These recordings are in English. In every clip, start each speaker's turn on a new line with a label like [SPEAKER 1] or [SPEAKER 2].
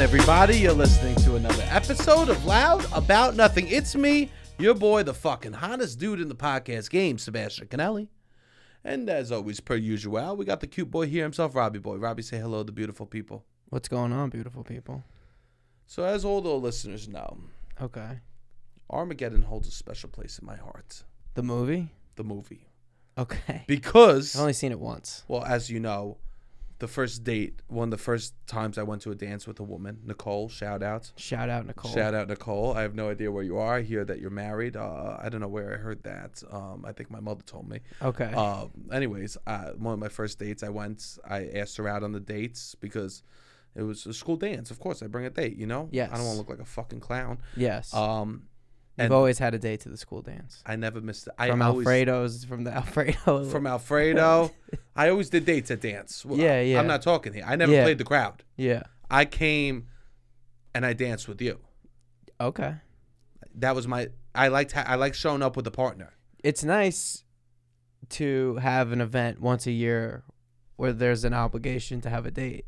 [SPEAKER 1] everybody. You're listening to another episode of Loud About Nothing. It's me, your boy, the fucking hottest dude in the podcast game, Sebastian Canelli. And as always, per usual, we got the cute boy here himself, Robbie Boy. Robbie, say hello to the beautiful people.
[SPEAKER 2] What's going on, beautiful people?
[SPEAKER 1] So, as all the listeners know,
[SPEAKER 2] Okay.
[SPEAKER 1] Armageddon holds a special place in my heart.
[SPEAKER 2] The movie?
[SPEAKER 1] The movie.
[SPEAKER 2] Okay.
[SPEAKER 1] Because,
[SPEAKER 2] I've only seen it once.
[SPEAKER 1] well, as you know, the first date, one of the first times I went to a dance with a woman, Nicole, shout out.
[SPEAKER 2] Shout out Nicole.
[SPEAKER 1] Shout out Nicole. I have no idea where you are. I hear that you're married. Uh, I don't know where I heard that. Um, I think my mother told me.
[SPEAKER 2] Okay.
[SPEAKER 1] Um, anyways, uh, one of my first dates, I went. I asked her out on the dates because it was a school dance. Of course, I bring a date. You know. I don't want
[SPEAKER 2] Yes.
[SPEAKER 1] to look like a fucking clown.
[SPEAKER 2] yes.
[SPEAKER 1] Um,
[SPEAKER 2] You've
[SPEAKER 1] and-
[SPEAKER 2] always had a day to the school dance.
[SPEAKER 1] I never missed. it. I
[SPEAKER 2] From
[SPEAKER 1] always,
[SPEAKER 2] Alfredo's, from the Alfredo.
[SPEAKER 1] From Alfredo. I always did dates at dance. Well,
[SPEAKER 2] Yeah,
[SPEAKER 1] I-
[SPEAKER 2] yeah.
[SPEAKER 1] I'm not talking here. I never
[SPEAKER 2] Yeah.
[SPEAKER 1] played the crowd.
[SPEAKER 2] yeah.
[SPEAKER 1] I came, and I danced with you.
[SPEAKER 2] Okay.
[SPEAKER 1] That was my. I liked. Ha- I liked showing up with a partner.
[SPEAKER 2] It's nice to have an event once a year where there's an obligation to have a date.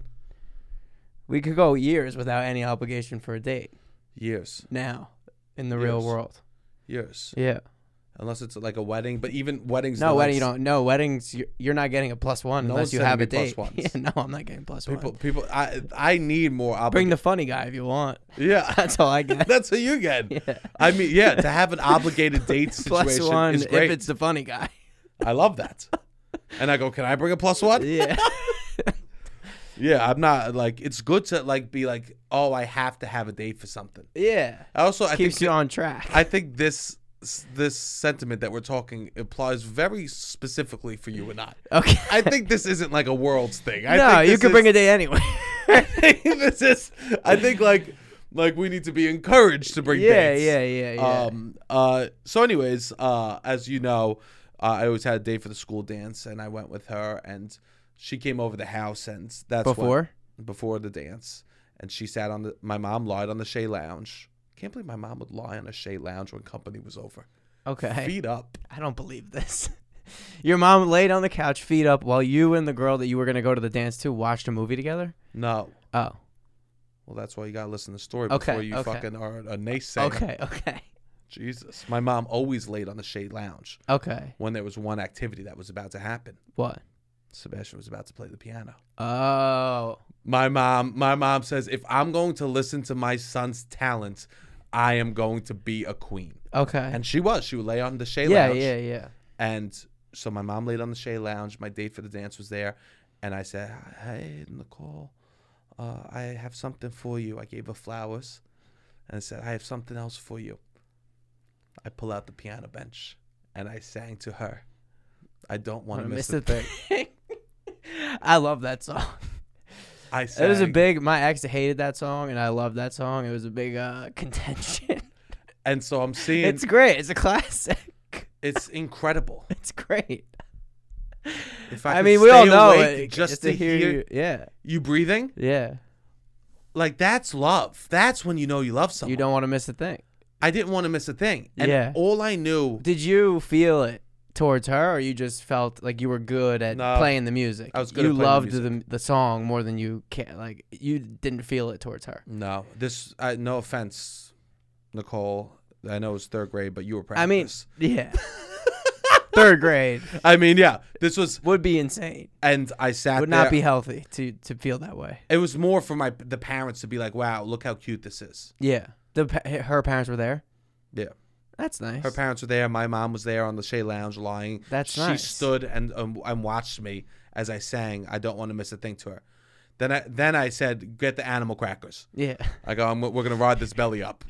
[SPEAKER 2] We could go years without any obligation for a date
[SPEAKER 1] Years.
[SPEAKER 2] now in the real
[SPEAKER 1] Years.
[SPEAKER 2] world.
[SPEAKER 1] Years,
[SPEAKER 2] Yeah.
[SPEAKER 1] unless it's like a wedding. But even weddings,
[SPEAKER 2] No
[SPEAKER 1] they're
[SPEAKER 2] wedding.
[SPEAKER 1] like-
[SPEAKER 2] You don't. No weddings. You're, you're not getting a plus one
[SPEAKER 1] No one's
[SPEAKER 2] unless you
[SPEAKER 1] sending
[SPEAKER 2] have
[SPEAKER 1] me
[SPEAKER 2] a
[SPEAKER 1] plus ones.
[SPEAKER 2] date. Yeah, no, I'm not getting plus
[SPEAKER 1] People,
[SPEAKER 2] one.
[SPEAKER 1] people, I, I need more. Obli-
[SPEAKER 2] Bring the funny guy if you want.
[SPEAKER 1] yeah,
[SPEAKER 2] That's all I get.
[SPEAKER 1] that's what you get.
[SPEAKER 2] Yeah.
[SPEAKER 1] I mean, yeah, to have an obligated date
[SPEAKER 2] plus
[SPEAKER 1] situation
[SPEAKER 2] one
[SPEAKER 1] is
[SPEAKER 2] if
[SPEAKER 1] great.
[SPEAKER 2] it's the funny guy.
[SPEAKER 1] I love that. And I go, can I bring a plus one?
[SPEAKER 2] Yeah.
[SPEAKER 1] Yeah, I'm not like it's good to like be like, oh, I have to have a date for something.
[SPEAKER 2] yeah.
[SPEAKER 1] I also, I
[SPEAKER 2] Keeps
[SPEAKER 1] think,
[SPEAKER 2] you on track.
[SPEAKER 1] I think this this sentiment that we're talking applies very specifically for you and I.
[SPEAKER 2] okay.
[SPEAKER 1] I think this isn't like a world's thing. I
[SPEAKER 2] no,
[SPEAKER 1] think
[SPEAKER 2] you
[SPEAKER 1] this
[SPEAKER 2] could
[SPEAKER 1] is-
[SPEAKER 2] bring a day anyway.
[SPEAKER 1] this is I think like like we need to be encouraged to bring
[SPEAKER 2] yeah,
[SPEAKER 1] dates.
[SPEAKER 2] yeah, yeah, yeah.
[SPEAKER 1] Um uh so anyways, uh as you know, uh, I always had a date for the school dance and I went with her and she came over the house and that's when-
[SPEAKER 2] Before?
[SPEAKER 1] before the dance and she sat on the my mom lied on the Shea Lounge. Can't believe my mom would lie on a Shea Lounge when company was over.
[SPEAKER 2] Okay.
[SPEAKER 1] Feet up.
[SPEAKER 2] I don't believe this. Your mom laid on the couch, feet up, while you and the girl that you were gonna go to the dance to watched a movie together.
[SPEAKER 1] No.
[SPEAKER 2] Oh.
[SPEAKER 1] Well, that's why you gotta listen to the story
[SPEAKER 2] Okay,
[SPEAKER 1] before you
[SPEAKER 2] okay.
[SPEAKER 1] fucking are a naysayer.
[SPEAKER 2] Okay. Okay.
[SPEAKER 1] Jesus. My mom always laid on the Shea Lounge.
[SPEAKER 2] Okay.
[SPEAKER 1] when there was one activity that was about to happen.
[SPEAKER 2] What?
[SPEAKER 1] Sebastian was about to play the piano.
[SPEAKER 2] Oh.
[SPEAKER 1] My mom, my mom says, if I'm going to listen to my son's talent, I am going to be a queen.
[SPEAKER 2] Okay.
[SPEAKER 1] And she was. She would lay on the Shea
[SPEAKER 2] yeah,
[SPEAKER 1] Lounge.
[SPEAKER 2] yeah, yeah.
[SPEAKER 1] And so my mom laid on the Shea Lounge. My date for the dance was there. And I said, Hey, Nicole, uh, I have something for you. I gave her flowers. And I said, I have something else for you. I pull out the piano bench and I sang to her. I don't want to miss, a thing.
[SPEAKER 2] I love that song.
[SPEAKER 1] I
[SPEAKER 2] It was a
[SPEAKER 1] sang,
[SPEAKER 2] big. My ex hated that song, and I loved that song. It was a big uh, contention.
[SPEAKER 1] and so I'm seeing
[SPEAKER 2] it's
[SPEAKER 1] it's,
[SPEAKER 2] great. It's a classic.
[SPEAKER 1] incredible.
[SPEAKER 2] It's great.
[SPEAKER 1] If
[SPEAKER 2] I,
[SPEAKER 1] could
[SPEAKER 2] mean, we all
[SPEAKER 1] stay
[SPEAKER 2] know
[SPEAKER 1] awake
[SPEAKER 2] it.
[SPEAKER 1] just
[SPEAKER 2] it's
[SPEAKER 1] to hear you.
[SPEAKER 2] you. Yeah,
[SPEAKER 1] breathing,
[SPEAKER 2] yeah.
[SPEAKER 1] like that's love. That's when you know you love someone.
[SPEAKER 2] You don't want to miss a thing.
[SPEAKER 1] I didn't want to miss a thing, and
[SPEAKER 2] Yeah.
[SPEAKER 1] all I knew,
[SPEAKER 2] Did you feel it towards her, or you just felt like you were good at
[SPEAKER 1] No,
[SPEAKER 2] playing the music?
[SPEAKER 1] I was good
[SPEAKER 2] You
[SPEAKER 1] at playing the
[SPEAKER 2] loved the, the song more than you can. Like you didn't feel it towards her.
[SPEAKER 1] no, this, I, no offense, Nicole. I know it's third grade, but you were
[SPEAKER 2] I mean,
[SPEAKER 1] practice.
[SPEAKER 2] yeah. Third grade
[SPEAKER 1] I mean, I mean, yeah, this was,
[SPEAKER 2] would be insane.
[SPEAKER 1] and I sat
[SPEAKER 2] would
[SPEAKER 1] there-
[SPEAKER 2] not be healthy to to feel that way.
[SPEAKER 1] It was more for my the parents to be like, "Wow, look how cute this is."
[SPEAKER 2] Yeah, the pa- her parents were there.
[SPEAKER 1] Yeah.
[SPEAKER 2] That's nice.
[SPEAKER 1] Her parents were there. My mom was there on the Shea Lounge lying.
[SPEAKER 2] That's
[SPEAKER 1] she
[SPEAKER 2] nice.
[SPEAKER 1] stood and um, and watched me as I sang. I don't want to miss a thing to her. Then I then I said, get the animal crackers.
[SPEAKER 2] yeah,
[SPEAKER 1] I go, I'm, we're gonna ride this belly up.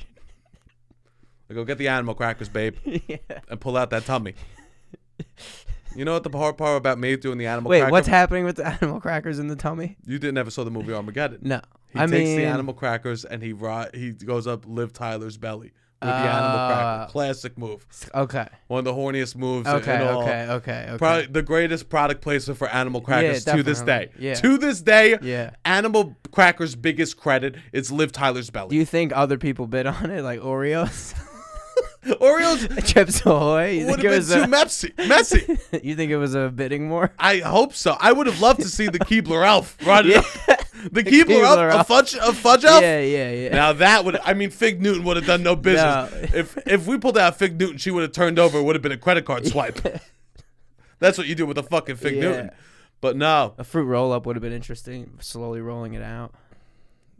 [SPEAKER 1] I go, get the animal crackers, babe,
[SPEAKER 2] yeah.
[SPEAKER 1] and pull out that tummy. You know what the hard part about me doing the animal
[SPEAKER 2] Wait,
[SPEAKER 1] cracker?
[SPEAKER 2] what's happening with the animal crackers in the tummy?
[SPEAKER 1] you didn't ever saw the movie Armageddon.
[SPEAKER 2] No,
[SPEAKER 1] He
[SPEAKER 2] I
[SPEAKER 1] takes
[SPEAKER 2] mean,
[SPEAKER 1] the animal crackers and he ri- he goes up Liv Tyler's belly with the animal
[SPEAKER 2] Ah.
[SPEAKER 1] cracker. Classic move.
[SPEAKER 2] Okay,
[SPEAKER 1] One of the horniest moves. in-
[SPEAKER 2] okay,
[SPEAKER 1] in all.
[SPEAKER 2] okay, okay, okay.
[SPEAKER 1] Probably the greatest product placement for Animal Crackers to this day.
[SPEAKER 2] definitely. Yeah.
[SPEAKER 1] To this day,
[SPEAKER 2] Yeah.
[SPEAKER 1] Animal Crackers' biggest credit is Liv Tyler's
[SPEAKER 2] Do
[SPEAKER 1] belly.
[SPEAKER 2] you think other people bid on it, like Oreos,
[SPEAKER 1] Oreos
[SPEAKER 2] Chips Ahoy? You
[SPEAKER 1] would have
[SPEAKER 2] think,
[SPEAKER 1] been
[SPEAKER 2] it was
[SPEAKER 1] too
[SPEAKER 2] a,
[SPEAKER 1] messy. Messy.
[SPEAKER 2] you think it was a bidding war?
[SPEAKER 1] I hope so. I would have loved to see the Keebler Elf run it up. The Keebler up,
[SPEAKER 2] Keebler
[SPEAKER 1] a
[SPEAKER 2] up.
[SPEAKER 1] fudge, a fudge elf.
[SPEAKER 2] Yeah, yeah, yeah.
[SPEAKER 1] Now that would, I mean, Fig Newton would have done no business.
[SPEAKER 2] No.
[SPEAKER 1] If if we pulled out Fig Newton, she would have turned over. It would have been a credit card swipe. That's what you do with a fucking Fig
[SPEAKER 2] Yeah.
[SPEAKER 1] Newton. But no,
[SPEAKER 2] A fruit roll up would have been interesting. Slowly rolling it out.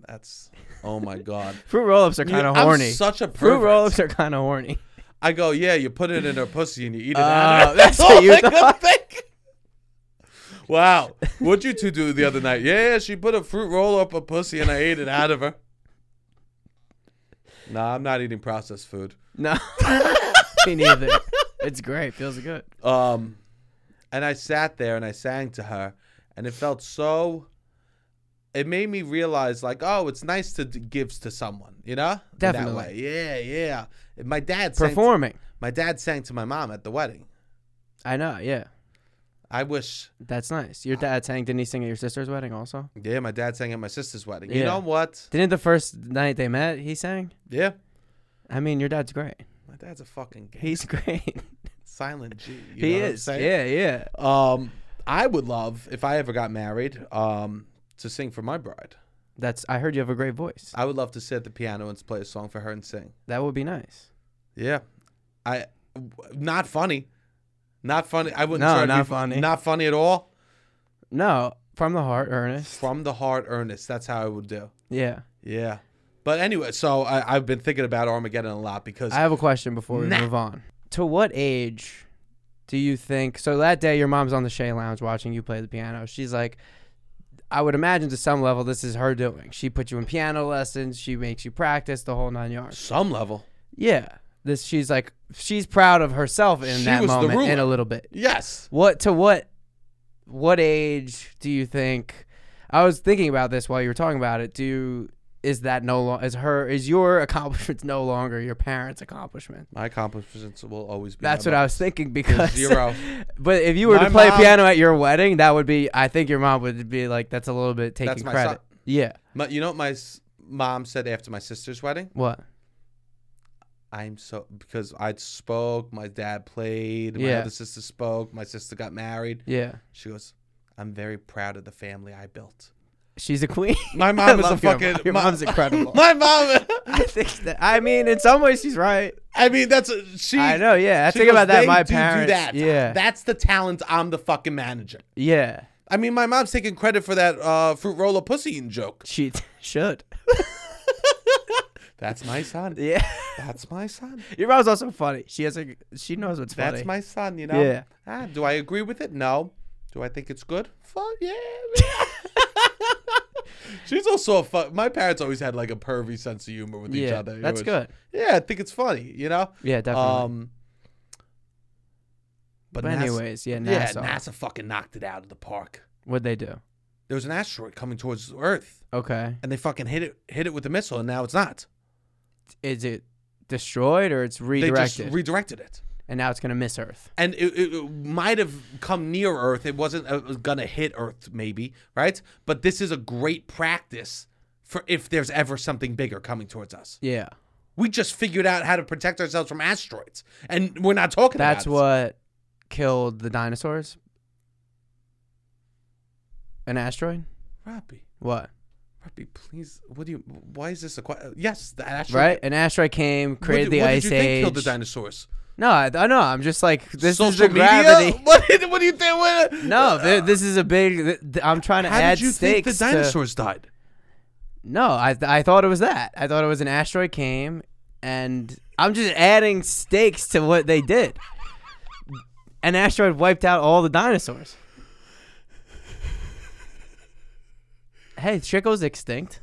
[SPEAKER 1] that's oh my god.
[SPEAKER 2] Fruit roll ups are kind of
[SPEAKER 1] I'm
[SPEAKER 2] horny.
[SPEAKER 1] Such a
[SPEAKER 2] fruit
[SPEAKER 1] pervert.
[SPEAKER 2] roll ups are kind of horny.
[SPEAKER 1] I go, yeah, you put it in her pussy and you eat it.
[SPEAKER 2] Oh,
[SPEAKER 1] out of her.
[SPEAKER 2] that's what
[SPEAKER 1] all
[SPEAKER 2] you
[SPEAKER 1] I could
[SPEAKER 2] thought.
[SPEAKER 1] think. Wow, what'd you two do the other night? Yeah, she put a fruit roll up her pussy and I ate it out of her. Nah, I'm not eating processed food.
[SPEAKER 2] No, me neither. It's great. Feels good.
[SPEAKER 1] Um, and I sat there and I sang to her, and it felt so. It made me realize, like, oh, it's nice to d- give to someone, you know, In that
[SPEAKER 2] Definitely.
[SPEAKER 1] way. Yeah, yeah. My dad sang. To,
[SPEAKER 2] Performing.
[SPEAKER 1] my dad sang to my mom at the wedding.
[SPEAKER 2] I know. Yeah,
[SPEAKER 1] I wish.
[SPEAKER 2] that's nice. Your dad sang. Didn't he sing at your sister's wedding also?
[SPEAKER 1] Yeah, my dad sang at my sister's wedding. You
[SPEAKER 2] Yeah.
[SPEAKER 1] know what?
[SPEAKER 2] Didn't the first night they met he sang?
[SPEAKER 1] Yeah,
[SPEAKER 2] I mean, your dad's great.
[SPEAKER 1] my dad's a fucking gay.
[SPEAKER 2] He's great.
[SPEAKER 1] silent G. You
[SPEAKER 2] he
[SPEAKER 1] know what I'm
[SPEAKER 2] is.
[SPEAKER 1] saying?
[SPEAKER 2] Yeah, yeah.
[SPEAKER 1] Um, I would love if I ever got married. Um, to sing for my bride.
[SPEAKER 2] That's. I heard you have a great voice.
[SPEAKER 1] I would love to sit at the piano and play a song for her and sing.
[SPEAKER 2] That would be nice.
[SPEAKER 1] Yeah, I w- not funny, not funny. I wouldn't.
[SPEAKER 2] No,
[SPEAKER 1] try to
[SPEAKER 2] not
[SPEAKER 1] be-
[SPEAKER 2] funny.
[SPEAKER 1] Not funny at all.
[SPEAKER 2] No, from the heart, Ernest.
[SPEAKER 1] From the heart, earnest. That's how I would do.
[SPEAKER 2] Yeah.
[SPEAKER 1] Yeah. But anyway, so I, I've been thinking about Armageddon a lot because
[SPEAKER 2] I have a question before we
[SPEAKER 1] Nah.
[SPEAKER 2] move on. To what age do you think? So that day, your mom's on the Shea Lounge watching you play the piano. She's like, I would imagine to some level, this is her doing. She put you in piano lessons. She makes you practice the whole nine yards.
[SPEAKER 1] some level,
[SPEAKER 2] Yeah. This she's like she's proud of herself in
[SPEAKER 1] She
[SPEAKER 2] that
[SPEAKER 1] was the
[SPEAKER 2] moment in
[SPEAKER 1] ruler.
[SPEAKER 2] a little bit.
[SPEAKER 1] yes,
[SPEAKER 2] What to what what age do you think I was thinking about this while you were talking about it. Do you, is that no lo- is her is your accomplishments no longer your parents' accomplishment?
[SPEAKER 1] my accomplishments will always be.
[SPEAKER 2] That's
[SPEAKER 1] my
[SPEAKER 2] what I was thinking because
[SPEAKER 1] zero.
[SPEAKER 2] But if you were
[SPEAKER 1] My
[SPEAKER 2] to play
[SPEAKER 1] mom-
[SPEAKER 2] piano at your wedding, that would be I think your mom would be like that's a little bit taking
[SPEAKER 1] That's my
[SPEAKER 2] credit.
[SPEAKER 1] son.
[SPEAKER 2] Yeah.
[SPEAKER 1] My, you know what my s- mom said after my sister's wedding?
[SPEAKER 2] What?
[SPEAKER 1] I'm so because I spoke, my dad played, my
[SPEAKER 2] Yeah.
[SPEAKER 1] other sister spoke, my sister got married.
[SPEAKER 2] Yeah.
[SPEAKER 1] She goes, "I'm very proud of the family I built."
[SPEAKER 2] She's a queen.
[SPEAKER 1] My
[SPEAKER 2] I
[SPEAKER 1] mom is a
[SPEAKER 2] love your mom.
[SPEAKER 1] fucking.
[SPEAKER 2] Your
[SPEAKER 1] my-
[SPEAKER 2] mom's incredible.
[SPEAKER 1] my mom.
[SPEAKER 2] I think that I mean in some ways she's right.
[SPEAKER 1] I mean, that's a- she.
[SPEAKER 2] I know, yeah. I
[SPEAKER 1] she
[SPEAKER 2] think
[SPEAKER 1] goes,
[SPEAKER 2] about
[SPEAKER 1] "They
[SPEAKER 2] that. My
[SPEAKER 1] do
[SPEAKER 2] parents,
[SPEAKER 1] do that.
[SPEAKER 2] yeah,
[SPEAKER 1] that's the talent. I'm the fucking manager.
[SPEAKER 2] yeah.
[SPEAKER 1] I mean, my mom's taking credit for that uh, fruit roller pussy eating joke.
[SPEAKER 2] She t- should.
[SPEAKER 1] That's my son.
[SPEAKER 2] Yeah,
[SPEAKER 1] That's my son.
[SPEAKER 2] your mom's also funny. She has a she knows what's funny.
[SPEAKER 1] That's my son. You know.
[SPEAKER 2] Yeah.
[SPEAKER 1] Ah, do I agree with it? No. Do I think it's good? Fuck yeah. She's also a fuck. My parents always had like a pervy sense of humor with each
[SPEAKER 2] yeah,
[SPEAKER 1] other. It
[SPEAKER 2] that's
[SPEAKER 1] was-
[SPEAKER 2] good.
[SPEAKER 1] Yeah, I think it's funny. You know.
[SPEAKER 2] Yeah, definitely.
[SPEAKER 1] Um, but
[SPEAKER 2] but
[SPEAKER 1] NASA-
[SPEAKER 2] anyways, yeah,
[SPEAKER 1] yeah,
[SPEAKER 2] NASA.
[SPEAKER 1] NASA fucking knocked it out of the park.
[SPEAKER 2] What'd they do?
[SPEAKER 1] There was an asteroid coming towards Earth,
[SPEAKER 2] Okay,
[SPEAKER 1] and they fucking hit it, hit it with a missile, and now it's not.
[SPEAKER 2] is it destroyed or it's
[SPEAKER 1] They just
[SPEAKER 2] redirected?
[SPEAKER 1] redirected it,
[SPEAKER 2] and now it's gonna miss Earth.
[SPEAKER 1] and it, it, it might have come near Earth. It wasn't uh, it was gonna hit Earth, maybe, right? But this is a great practice for if there's ever something bigger coming towards us.
[SPEAKER 2] Yeah,
[SPEAKER 1] We just figured out how to protect ourselves from asteroids, and we're not talking about
[SPEAKER 2] that's
[SPEAKER 1] it.
[SPEAKER 2] what killed the dinosaurs. An asteroid?
[SPEAKER 1] Robbie.
[SPEAKER 2] What?
[SPEAKER 1] Robbie, please. What do you? Why is this a question? Yes, the asteroid.
[SPEAKER 2] Right? An asteroid came,
[SPEAKER 1] What
[SPEAKER 2] created
[SPEAKER 1] did-
[SPEAKER 2] the
[SPEAKER 1] what
[SPEAKER 2] ice
[SPEAKER 1] did you think
[SPEAKER 2] age.
[SPEAKER 1] killed the dinosaurs?
[SPEAKER 2] No, I, I know. I'm just like this is
[SPEAKER 1] Social
[SPEAKER 2] the
[SPEAKER 1] media?
[SPEAKER 2] gravity.
[SPEAKER 1] What, did- what do you think? What,
[SPEAKER 2] No, th- this is a big. th- th- I'm trying to
[SPEAKER 1] How
[SPEAKER 2] add
[SPEAKER 1] did you think
[SPEAKER 2] stakes.
[SPEAKER 1] the
[SPEAKER 2] to-
[SPEAKER 1] dinosaurs died?
[SPEAKER 2] no, I th- I thought it was that. I thought it was an asteroid came, and I'm just adding stakes to what they did. An asteroid wiped out all the dinosaurs. Hey, Chico's extinct.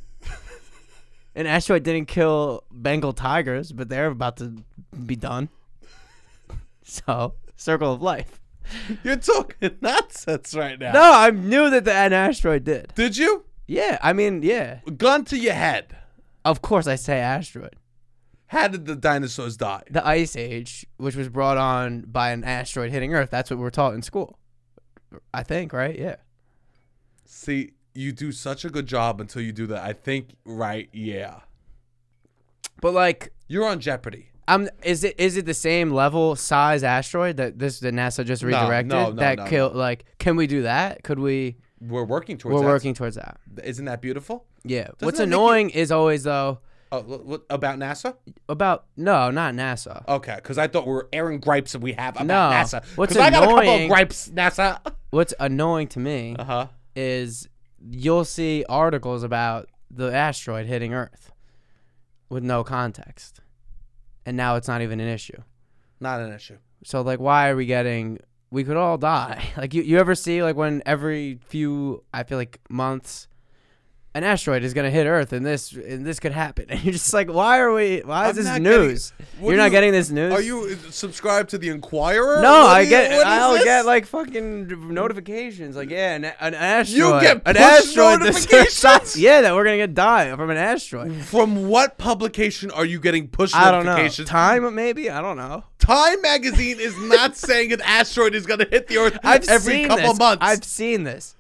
[SPEAKER 2] An asteroid didn't kill Bengal tigers, but they're about to be done. So, circle of life.
[SPEAKER 1] You're talking nonsense right now.
[SPEAKER 2] No, I knew that the, an asteroid did.
[SPEAKER 1] Did you?
[SPEAKER 2] Yeah, I mean, yeah.
[SPEAKER 1] Gun to your head.
[SPEAKER 2] Of course, I say asteroid.
[SPEAKER 1] How did the dinosaurs die?
[SPEAKER 2] The ice age, which was brought on by an asteroid hitting Earth, that's what we're taught in school. I think, right? Yeah.
[SPEAKER 1] See, you do such a good job until you do that. I think, right? Yeah.
[SPEAKER 2] But like,
[SPEAKER 1] You're on Jeopardy.
[SPEAKER 2] I'm is it is it the same level size asteroid that this that NASA just
[SPEAKER 1] no,
[SPEAKER 2] redirected
[SPEAKER 1] no,
[SPEAKER 2] that
[SPEAKER 1] no, no.
[SPEAKER 2] killed? Like, can we do that? Could we?
[SPEAKER 1] we're working towards.
[SPEAKER 2] We're
[SPEAKER 1] that.
[SPEAKER 2] working towards that.
[SPEAKER 1] Isn't that beautiful?
[SPEAKER 2] Yeah. What's
[SPEAKER 1] that make you-
[SPEAKER 2] annoying is always though
[SPEAKER 1] Oh, l- l- about NASA?
[SPEAKER 2] about no, not NASA.
[SPEAKER 1] Okay, because I thought we were airing gripes that we have about
[SPEAKER 2] No.
[SPEAKER 1] NASA.
[SPEAKER 2] What's
[SPEAKER 1] Because I got a couple of
[SPEAKER 2] annoying- Uh-huh.
[SPEAKER 1] gripes, NASA.
[SPEAKER 2] What's annoying to me
[SPEAKER 1] Uh huh.
[SPEAKER 2] is you'll see articles about the asteroid hitting Earth with no context, and now it's not even an issue.
[SPEAKER 1] Not an issue.
[SPEAKER 2] So like, why are we getting? We could all die. Like you, you ever see like when every few I feel like months. An asteroid is gonna hit Earth, and this and this could happen. And you're just like, why are we? Why
[SPEAKER 1] I'm
[SPEAKER 2] is this
[SPEAKER 1] not getting-
[SPEAKER 2] news?
[SPEAKER 1] What
[SPEAKER 2] you're
[SPEAKER 1] do
[SPEAKER 2] not
[SPEAKER 1] you-
[SPEAKER 2] getting this news.
[SPEAKER 1] Are you uh, subscribed to the Inquirer?
[SPEAKER 2] No,
[SPEAKER 1] What
[SPEAKER 2] I
[SPEAKER 1] do you-
[SPEAKER 2] get.
[SPEAKER 1] what is
[SPEAKER 2] I'll
[SPEAKER 1] this?
[SPEAKER 2] get like fucking notifications. Like, yeah, an, an asteroid.
[SPEAKER 1] You get
[SPEAKER 2] an
[SPEAKER 1] push
[SPEAKER 2] asteroid this-
[SPEAKER 1] notifications?
[SPEAKER 2] yeah, that we're gonna get die from an asteroid.
[SPEAKER 1] From what publication are you getting push
[SPEAKER 2] I don't know.
[SPEAKER 1] notifications?
[SPEAKER 2] Time maybe. I don't know.
[SPEAKER 1] Time magazine is not saying an asteroid is going to hit the Earth
[SPEAKER 2] I've
[SPEAKER 1] every
[SPEAKER 2] seen
[SPEAKER 1] couple
[SPEAKER 2] this.
[SPEAKER 1] months.
[SPEAKER 2] I've seen this,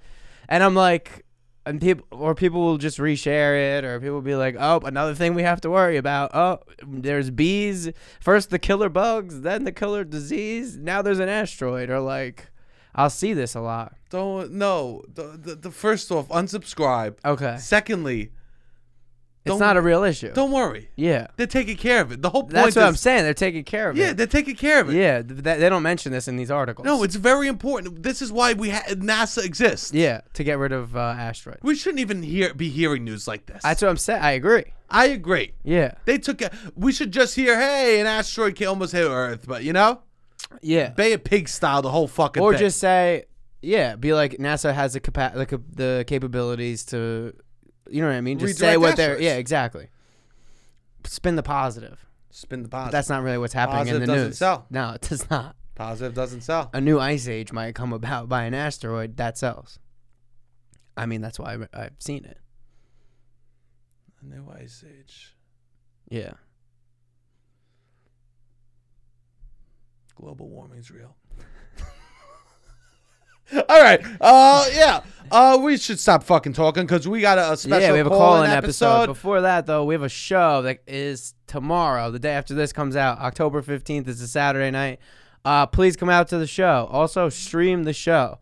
[SPEAKER 2] and I'm like, and people or people will just reshare it, or people will be like, oh, another thing we have to worry about. Oh, there's bees. First the killer bugs, then the killer disease. Now there's an asteroid, or like, I'll see this a lot.
[SPEAKER 1] Don't no. The, the, the first off, unsubscribe.
[SPEAKER 2] Okay,
[SPEAKER 1] Secondly,
[SPEAKER 2] it's
[SPEAKER 1] don't-
[SPEAKER 2] not a real issue.
[SPEAKER 1] don't worry.
[SPEAKER 2] yeah.
[SPEAKER 1] They're taking care of it. The whole point
[SPEAKER 2] That's
[SPEAKER 1] is
[SPEAKER 2] what I'm saying. They're taking care of
[SPEAKER 1] yeah,
[SPEAKER 2] it.
[SPEAKER 1] they're taking care of it.
[SPEAKER 2] Yeah, th- that, they don't mention this in these articles.
[SPEAKER 1] No, it's very important. This is why we ha- NASA exists.
[SPEAKER 2] yeah, to get rid of uh, asteroids.
[SPEAKER 1] We shouldn't even hear be hearing news like this. I
[SPEAKER 2] That's what I'm saying. I agree.
[SPEAKER 1] agree.
[SPEAKER 2] Yeah,
[SPEAKER 1] They took. A, we should just hear, "Hey, an asteroid ca- almost hit Earth," but you know,
[SPEAKER 2] yeah.
[SPEAKER 1] Bay of Pigs style, the whole fucking
[SPEAKER 2] Or
[SPEAKER 1] thing.
[SPEAKER 2] just say, yeah, be like NASA has the capa- the, cap- the capabilities to, you know what I mean? Just say
[SPEAKER 1] Redirect
[SPEAKER 2] what they're.
[SPEAKER 1] asteroids.
[SPEAKER 2] Yeah, exactly. Spin the positive.
[SPEAKER 1] spin the positive.
[SPEAKER 2] That's not really what's happening
[SPEAKER 1] Positive
[SPEAKER 2] in the
[SPEAKER 1] doesn't
[SPEAKER 2] news.
[SPEAKER 1] sell.
[SPEAKER 2] No, it does not.
[SPEAKER 1] positive doesn't sell.
[SPEAKER 2] A new ice age might come about by an asteroid that sells. I mean, that's why I've, I've seen it.
[SPEAKER 1] A new ice age,
[SPEAKER 2] Yeah.
[SPEAKER 1] global warming's real. All right. Uh, yeah. Uh, we should stop fucking talking because we got a, a special.
[SPEAKER 2] yeah, we have a
[SPEAKER 1] call-in
[SPEAKER 2] call-in episode. Before that, though, we have a show that is tomorrow, the day after this comes out, October fifteenth. It's a Saturday night. Uh, please come out to the show. Also, stream the show.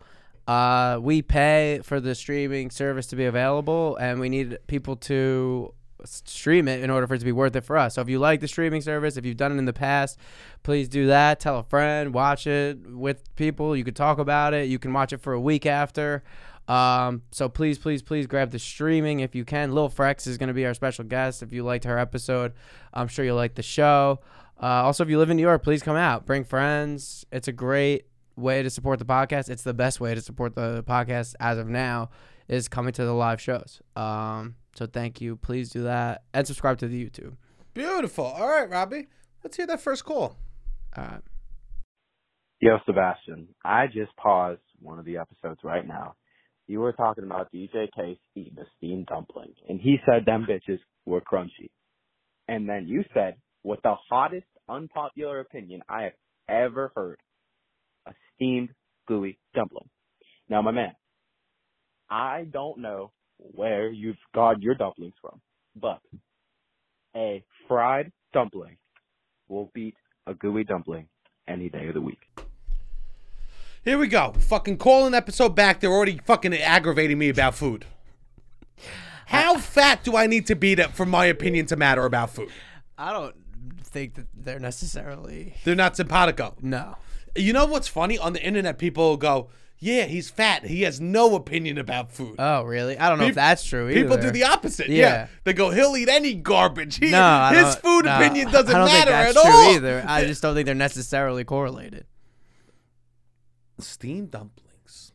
[SPEAKER 2] Uh, we pay for the streaming service to be available, and we need people to s- stream it in order for it to be worth it for us. So if you like the streaming service, if you've done it in the past, please do that. Tell a friend, watch it with people. You can talk about it. You can watch it for a week after. Um, so please, please, please grab the streaming if you can. Lil Frex is going to be our special guest. If you liked her episode, I'm sure you'll like the show. Uh, also, if you live in New York, please come out. Bring friends. It's a great way to support the podcast. It's the best way to support the podcast as of now is coming to the live shows. Um, so thank you. Please do that and subscribe to the YouTube.
[SPEAKER 1] Beautiful. All right, Robbie. Let's hear that first call.
[SPEAKER 2] Uh,
[SPEAKER 3] Yo, Sebastian, I just paused one of the episodes right now. You were talking about DJ Case eating a steamed dumpling, and he said them bitches were crunchy. And then you said, with the hottest unpopular opinion I have ever heard, a steamed gooey dumpling. Now, my man, I don't know where you've got your dumplings from, but a fried dumpling will beat a gooey dumpling any day of the week.
[SPEAKER 1] Here we go. Fucking calling episode back. They're already fucking aggravating me about food. How
[SPEAKER 2] Uh,
[SPEAKER 1] fat do I need to be to, for my opinion to matter about food?
[SPEAKER 2] I don't think that they're necessarily
[SPEAKER 1] They're not simpatico.
[SPEAKER 2] no.
[SPEAKER 1] You know what's funny? On the internet, people go, "Yeah, he's fat. He has no opinion about food."
[SPEAKER 2] Oh, really? I don't know if
[SPEAKER 1] Peop-
[SPEAKER 2] that's true either.
[SPEAKER 1] People do the opposite. Yeah.
[SPEAKER 2] Yeah.
[SPEAKER 1] they go, "He'll eat any garbage. He,
[SPEAKER 2] No, I
[SPEAKER 1] his
[SPEAKER 2] don't-
[SPEAKER 1] food
[SPEAKER 2] no,
[SPEAKER 1] opinion doesn't
[SPEAKER 2] I don't
[SPEAKER 1] matter
[SPEAKER 2] think that's
[SPEAKER 1] at
[SPEAKER 2] true
[SPEAKER 1] all."
[SPEAKER 2] Either I just don't think they're necessarily correlated.
[SPEAKER 1] steamed dumplings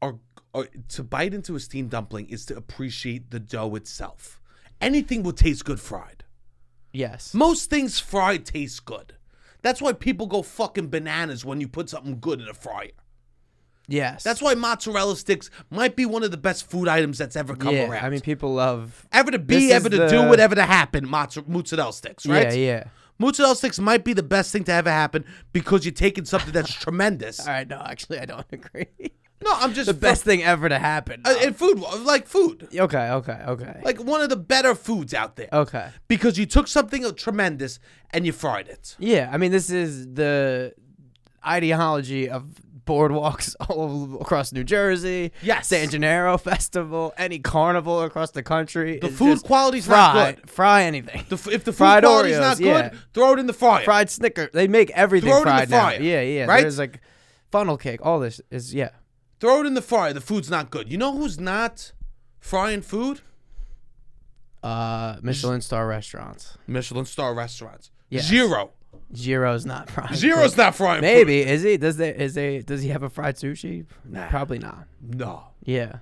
[SPEAKER 1] are, are to bite into a steamed dumpling is to appreciate the dough itself. Anything will taste good fried.
[SPEAKER 2] Yes.
[SPEAKER 1] Most things fried taste good. That's why people go fucking bananas when you put something good in a fryer.
[SPEAKER 2] Yes.
[SPEAKER 1] That's why mozzarella sticks might be one of the best food items that's ever come
[SPEAKER 2] yeah.
[SPEAKER 1] around.
[SPEAKER 2] I mean, people love.
[SPEAKER 1] ever to
[SPEAKER 2] this
[SPEAKER 1] be,
[SPEAKER 2] is
[SPEAKER 1] ever to do,
[SPEAKER 2] the-
[SPEAKER 1] whatever to happen, mozza- mozzarella sticks, right?
[SPEAKER 2] Yeah. Yeah.
[SPEAKER 1] Mozzarella sticks might be the best thing to ever happen because you're taking something that's tremendous.
[SPEAKER 2] All right. No, actually, I don't agree.
[SPEAKER 1] No, I'm just
[SPEAKER 2] the best thing ever to happen.
[SPEAKER 1] Uh, and food, like food,
[SPEAKER 2] okay. Okay. Okay.
[SPEAKER 1] like one of the better foods out there.
[SPEAKER 2] okay.
[SPEAKER 1] Because you took something uh, tremendous and you fried it.
[SPEAKER 2] Yeah. I mean, this is the ideology of boardwalks all over- across New Jersey,
[SPEAKER 1] Yes.
[SPEAKER 2] San Gennaro Festival, any carnival across the country.
[SPEAKER 1] The
[SPEAKER 2] is
[SPEAKER 1] food
[SPEAKER 2] just
[SPEAKER 1] quality's
[SPEAKER 2] fry,
[SPEAKER 1] not good.
[SPEAKER 2] Fry anything.
[SPEAKER 1] The, f- if the food
[SPEAKER 2] Fried
[SPEAKER 1] quality's
[SPEAKER 2] Oreos,
[SPEAKER 1] not good,
[SPEAKER 2] yeah.
[SPEAKER 1] throw it in the fryer.
[SPEAKER 2] fried Snicker. They make everything
[SPEAKER 1] Throw it in the
[SPEAKER 2] fried now.
[SPEAKER 1] fryer,
[SPEAKER 2] Yeah, yeah.
[SPEAKER 1] right?
[SPEAKER 2] There's like funnel cake. All this is yeah.
[SPEAKER 1] Throw it in the fryer. The food's not good. You know who's not frying food?
[SPEAKER 2] Uh, Michelin star restaurants.
[SPEAKER 1] Michelin star restaurants.
[SPEAKER 2] Yes.
[SPEAKER 1] Zero.
[SPEAKER 2] Zero's not fried.
[SPEAKER 1] Zero's not frying food.
[SPEAKER 2] Maybe is he? Does they is they does he have a fried sushi?
[SPEAKER 1] Nah.
[SPEAKER 2] Probably not.
[SPEAKER 1] No.
[SPEAKER 2] Yeah,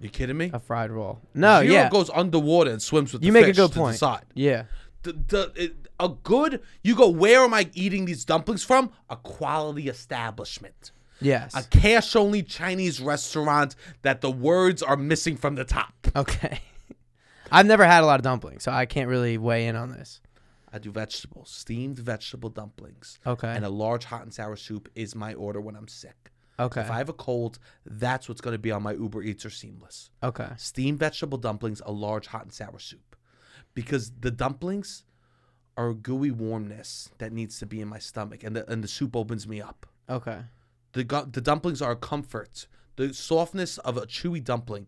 [SPEAKER 1] You kidding me?
[SPEAKER 2] a fried roll.
[SPEAKER 1] Zero
[SPEAKER 2] No, Oh, yeah.
[SPEAKER 1] goes underwater and swims with
[SPEAKER 2] you
[SPEAKER 1] the
[SPEAKER 2] make a
[SPEAKER 1] fish
[SPEAKER 2] good
[SPEAKER 1] to
[SPEAKER 2] point.
[SPEAKER 1] decide.
[SPEAKER 2] Yeah,
[SPEAKER 1] The, the, it, a good, you go, where am I eating these dumplings from? A quality establishment.
[SPEAKER 2] yes.
[SPEAKER 1] A cash only Chinese restaurant that the words are missing from the top.
[SPEAKER 2] okay. I've never had a lot of dumplings, so I can't really weigh in on this.
[SPEAKER 1] I do vegetables, steamed vegetable dumplings.
[SPEAKER 2] Okay.
[SPEAKER 1] And a large hot and sour soup is my order when I'm sick.
[SPEAKER 2] Okay.
[SPEAKER 1] If I have a cold, that's what's going to be on my Uber Eats or Seamless.
[SPEAKER 2] okay.
[SPEAKER 1] Steamed vegetable dumplings, a large hot and sour soup. Because the dumplings are a gooey warmness that needs to be in my stomach, and the, and the soup opens me up.
[SPEAKER 2] Okay.
[SPEAKER 1] The, gu- the dumplings are a comfort. The softness of a chewy dumpling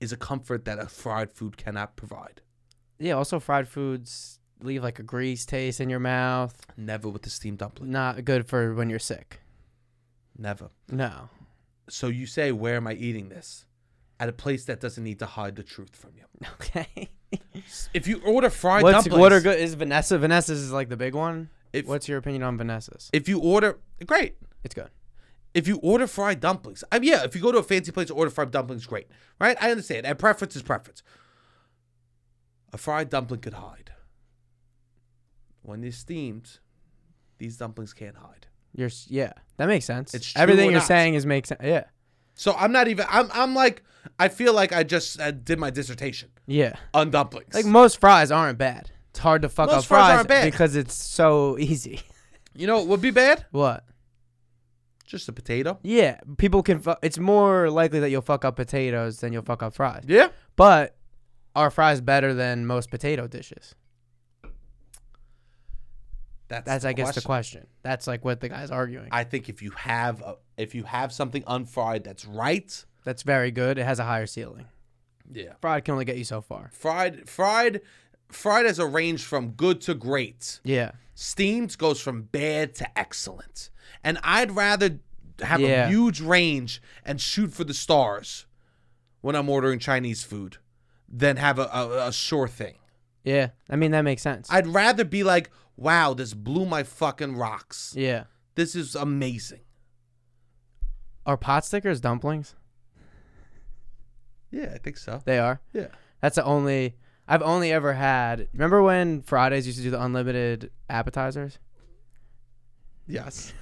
[SPEAKER 1] is a comfort that a fried food cannot provide.
[SPEAKER 2] Yeah. Also, fried foods leave like a grease taste in your mouth.
[SPEAKER 1] Never with the steamed dumpling.
[SPEAKER 2] Not good for when you're sick.
[SPEAKER 1] Never.
[SPEAKER 2] No.
[SPEAKER 1] So you say, where am I eating this? At a place that doesn't need to hide the truth from you.
[SPEAKER 2] Okay.
[SPEAKER 1] If you order fried
[SPEAKER 2] What's,
[SPEAKER 1] dumplings,
[SPEAKER 2] what are good? Is Vanessa? Vanessa's is like the big one.
[SPEAKER 1] If-
[SPEAKER 2] What's your opinion on Vanessa's?
[SPEAKER 1] if you order, great.
[SPEAKER 2] It's good.
[SPEAKER 1] If you order fried dumplings, I mean, yeah, if you go to a fancy place to order fried dumplings, great, right? I understand. And preference is preference. A fried dumpling could hide. When they're steamed, these dumplings can't hide.
[SPEAKER 2] You're s- yeah. That makes sense.
[SPEAKER 1] It's true
[SPEAKER 2] Everything
[SPEAKER 1] or
[SPEAKER 2] you're
[SPEAKER 1] not.
[SPEAKER 2] saying is makes sense. Yeah.
[SPEAKER 1] So I'm not even. I'm. I'm like. I feel like I just uh, did my dissertation
[SPEAKER 2] Yeah.
[SPEAKER 1] on dumplings.
[SPEAKER 2] Like most fries aren't bad. It's hard to fuck
[SPEAKER 1] Most
[SPEAKER 2] up
[SPEAKER 1] fries
[SPEAKER 2] fries,
[SPEAKER 1] aren't bad.
[SPEAKER 2] because it's so easy.
[SPEAKER 1] you know, what would be bad.
[SPEAKER 2] What?
[SPEAKER 1] Just a potato.
[SPEAKER 2] Yeah, people can. Fu- it's more likely that you'll fuck up potatoes than you'll fuck up fries.
[SPEAKER 1] Yeah.
[SPEAKER 2] But are fries better than most potato dishes?
[SPEAKER 1] That's.
[SPEAKER 2] That's
[SPEAKER 1] the
[SPEAKER 2] I guess
[SPEAKER 1] question.
[SPEAKER 2] the question. That's like what the guy's arguing.
[SPEAKER 1] I think if you have a, if you have something unfried that's right,
[SPEAKER 2] That's very good. It has a higher ceiling.
[SPEAKER 1] yeah,
[SPEAKER 2] Fried can only get you so far.
[SPEAKER 1] fried fried fried has a range from good to great.
[SPEAKER 2] Yeah.
[SPEAKER 1] Steamed goes from bad to excellent. And I'd rather have a
[SPEAKER 2] Yeah.
[SPEAKER 1] huge range and shoot for the stars when I'm ordering Chinese food than have a, a, a sure thing.
[SPEAKER 2] Yeah. I mean that makes sense.
[SPEAKER 1] I'd rather be like, wow, this blew my fucking rocks.
[SPEAKER 2] yeah.
[SPEAKER 1] This is amazing.
[SPEAKER 2] Are pot stickers dumplings?
[SPEAKER 1] Yeah, I think so.
[SPEAKER 2] They are.
[SPEAKER 1] Yeah.
[SPEAKER 2] That's the only I've only ever had. Remember when Fridays used to do the unlimited appetizers
[SPEAKER 1] Yes.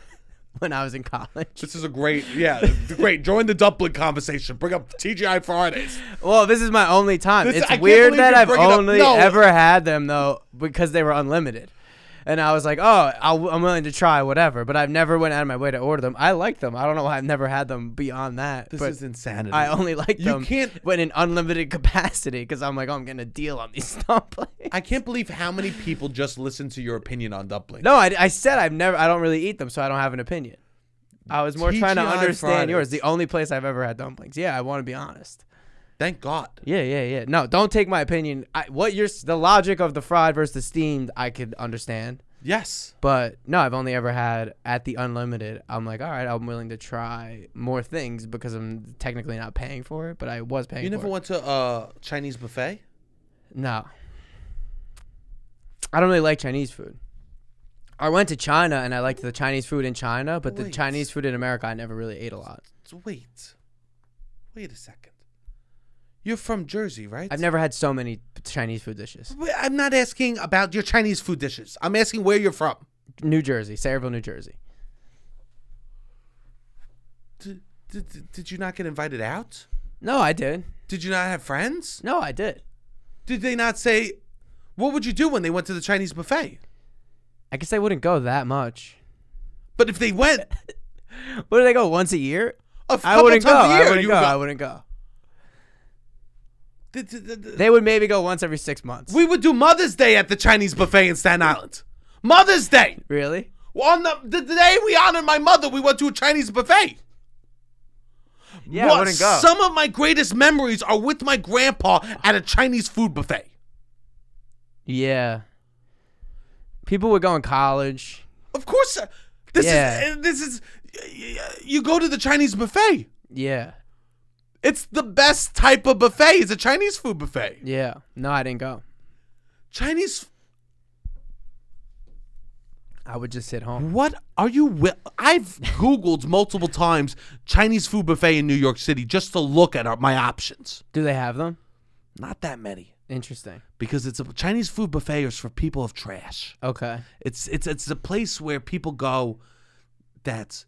[SPEAKER 2] when I was in college?
[SPEAKER 1] This is a great, yeah, great. Join the dumpling conversation. Bring up TGI Fridays.
[SPEAKER 2] Well, this is my only time.
[SPEAKER 1] This- I
[SPEAKER 2] it's
[SPEAKER 1] can't
[SPEAKER 2] weird
[SPEAKER 1] believe
[SPEAKER 2] that
[SPEAKER 1] you're
[SPEAKER 2] I've
[SPEAKER 1] bringing up-
[SPEAKER 2] only
[SPEAKER 1] No.
[SPEAKER 2] ever had them though because they were unlimited. And I was like, oh, I'll, I'm willing to try whatever, but I've never went out of my way to order them. I like them. I don't know why I've never had them beyond that.
[SPEAKER 1] This
[SPEAKER 2] but
[SPEAKER 1] is insanity.
[SPEAKER 2] I only like
[SPEAKER 1] You
[SPEAKER 2] them
[SPEAKER 1] can't-
[SPEAKER 2] when in unlimited capacity because I'm like, oh, I'm getting a deal on these dumplings.
[SPEAKER 1] I can't believe how many people just listen to your opinion on dumplings.
[SPEAKER 2] No, I, I said I've never. I don't really eat them, so I don't have an opinion. I was more trying to
[SPEAKER 1] TGI
[SPEAKER 2] understand yours.
[SPEAKER 1] Fridays.
[SPEAKER 2] The only place I've ever had dumplings. Yeah, I want to be honest.
[SPEAKER 1] Thank God.
[SPEAKER 2] Yeah, yeah, yeah. No, don't take my opinion. I, what you're s- the logic of the fried versus the steamed, I could understand.
[SPEAKER 1] Yes.
[SPEAKER 2] But no, I've only ever had at the unlimited. I'm like, all right, I'm willing to try more things because I'm technically not paying for it, but I was paying.
[SPEAKER 1] You
[SPEAKER 2] for
[SPEAKER 1] never
[SPEAKER 2] it.
[SPEAKER 1] went to a Chinese buffet?
[SPEAKER 2] No. I don't really like Chinese food. I went to China and I liked the Chinese food in China, but the
[SPEAKER 1] Wait.
[SPEAKER 2] Chinese food in America I never really ate a lot.
[SPEAKER 1] Wait. Wait a second. You're from Jersey, right?
[SPEAKER 2] I've never had so many Chinese food dishes.
[SPEAKER 1] Wait, I'm not asking about your Chinese food dishes. I'm asking where you're from.
[SPEAKER 2] New Jersey, Sayreville, New Jersey.
[SPEAKER 1] Did, did, did you not get invited out?
[SPEAKER 2] No, I did.
[SPEAKER 1] Did you not have friends?
[SPEAKER 2] No, I did.
[SPEAKER 1] Did they not say, what would you do when they went to the Chinese buffet?
[SPEAKER 2] I guess I wouldn't go that much.
[SPEAKER 1] But if they went
[SPEAKER 2] Where do they go once a year?
[SPEAKER 1] a
[SPEAKER 2] I
[SPEAKER 1] couple
[SPEAKER 2] wouldn't go.
[SPEAKER 1] times a year,
[SPEAKER 2] I wouldn't
[SPEAKER 1] you
[SPEAKER 2] go.
[SPEAKER 1] would
[SPEAKER 2] I
[SPEAKER 1] go.
[SPEAKER 2] wouldn't go.
[SPEAKER 1] Did- did- did- did-
[SPEAKER 2] They would maybe go once every six months.
[SPEAKER 1] We would do Mother's Day at the Chinese buffet in Staten Island. Mother's Day.
[SPEAKER 2] really?
[SPEAKER 1] On the, the day we honored my mother, we went to a Chinese buffet.
[SPEAKER 2] Yeah,
[SPEAKER 1] What-
[SPEAKER 2] I wouldn't go.
[SPEAKER 1] Some of my greatest memories are with my grandpa at a Chinese food buffet.
[SPEAKER 2] yeah. People would go in college.
[SPEAKER 1] Of course, uh, this
[SPEAKER 2] Yeah.
[SPEAKER 1] is uh, this is y- y- you go to the Chinese buffet.
[SPEAKER 2] Yeah.
[SPEAKER 1] It's the best type of buffet. It's a Chinese food buffet.
[SPEAKER 2] Yeah. No, I didn't go.
[SPEAKER 1] Chinese.
[SPEAKER 2] I would just sit home.
[SPEAKER 1] What are you? Wi- I've googled multiple times Chinese food buffet in New York City just to look at our, my options.
[SPEAKER 2] Do they have them?
[SPEAKER 1] Not that many
[SPEAKER 2] Interesting.
[SPEAKER 1] because it's a Chinese food buffet is for people of trash.
[SPEAKER 2] Okay.
[SPEAKER 1] It's it's it's a place where people go that's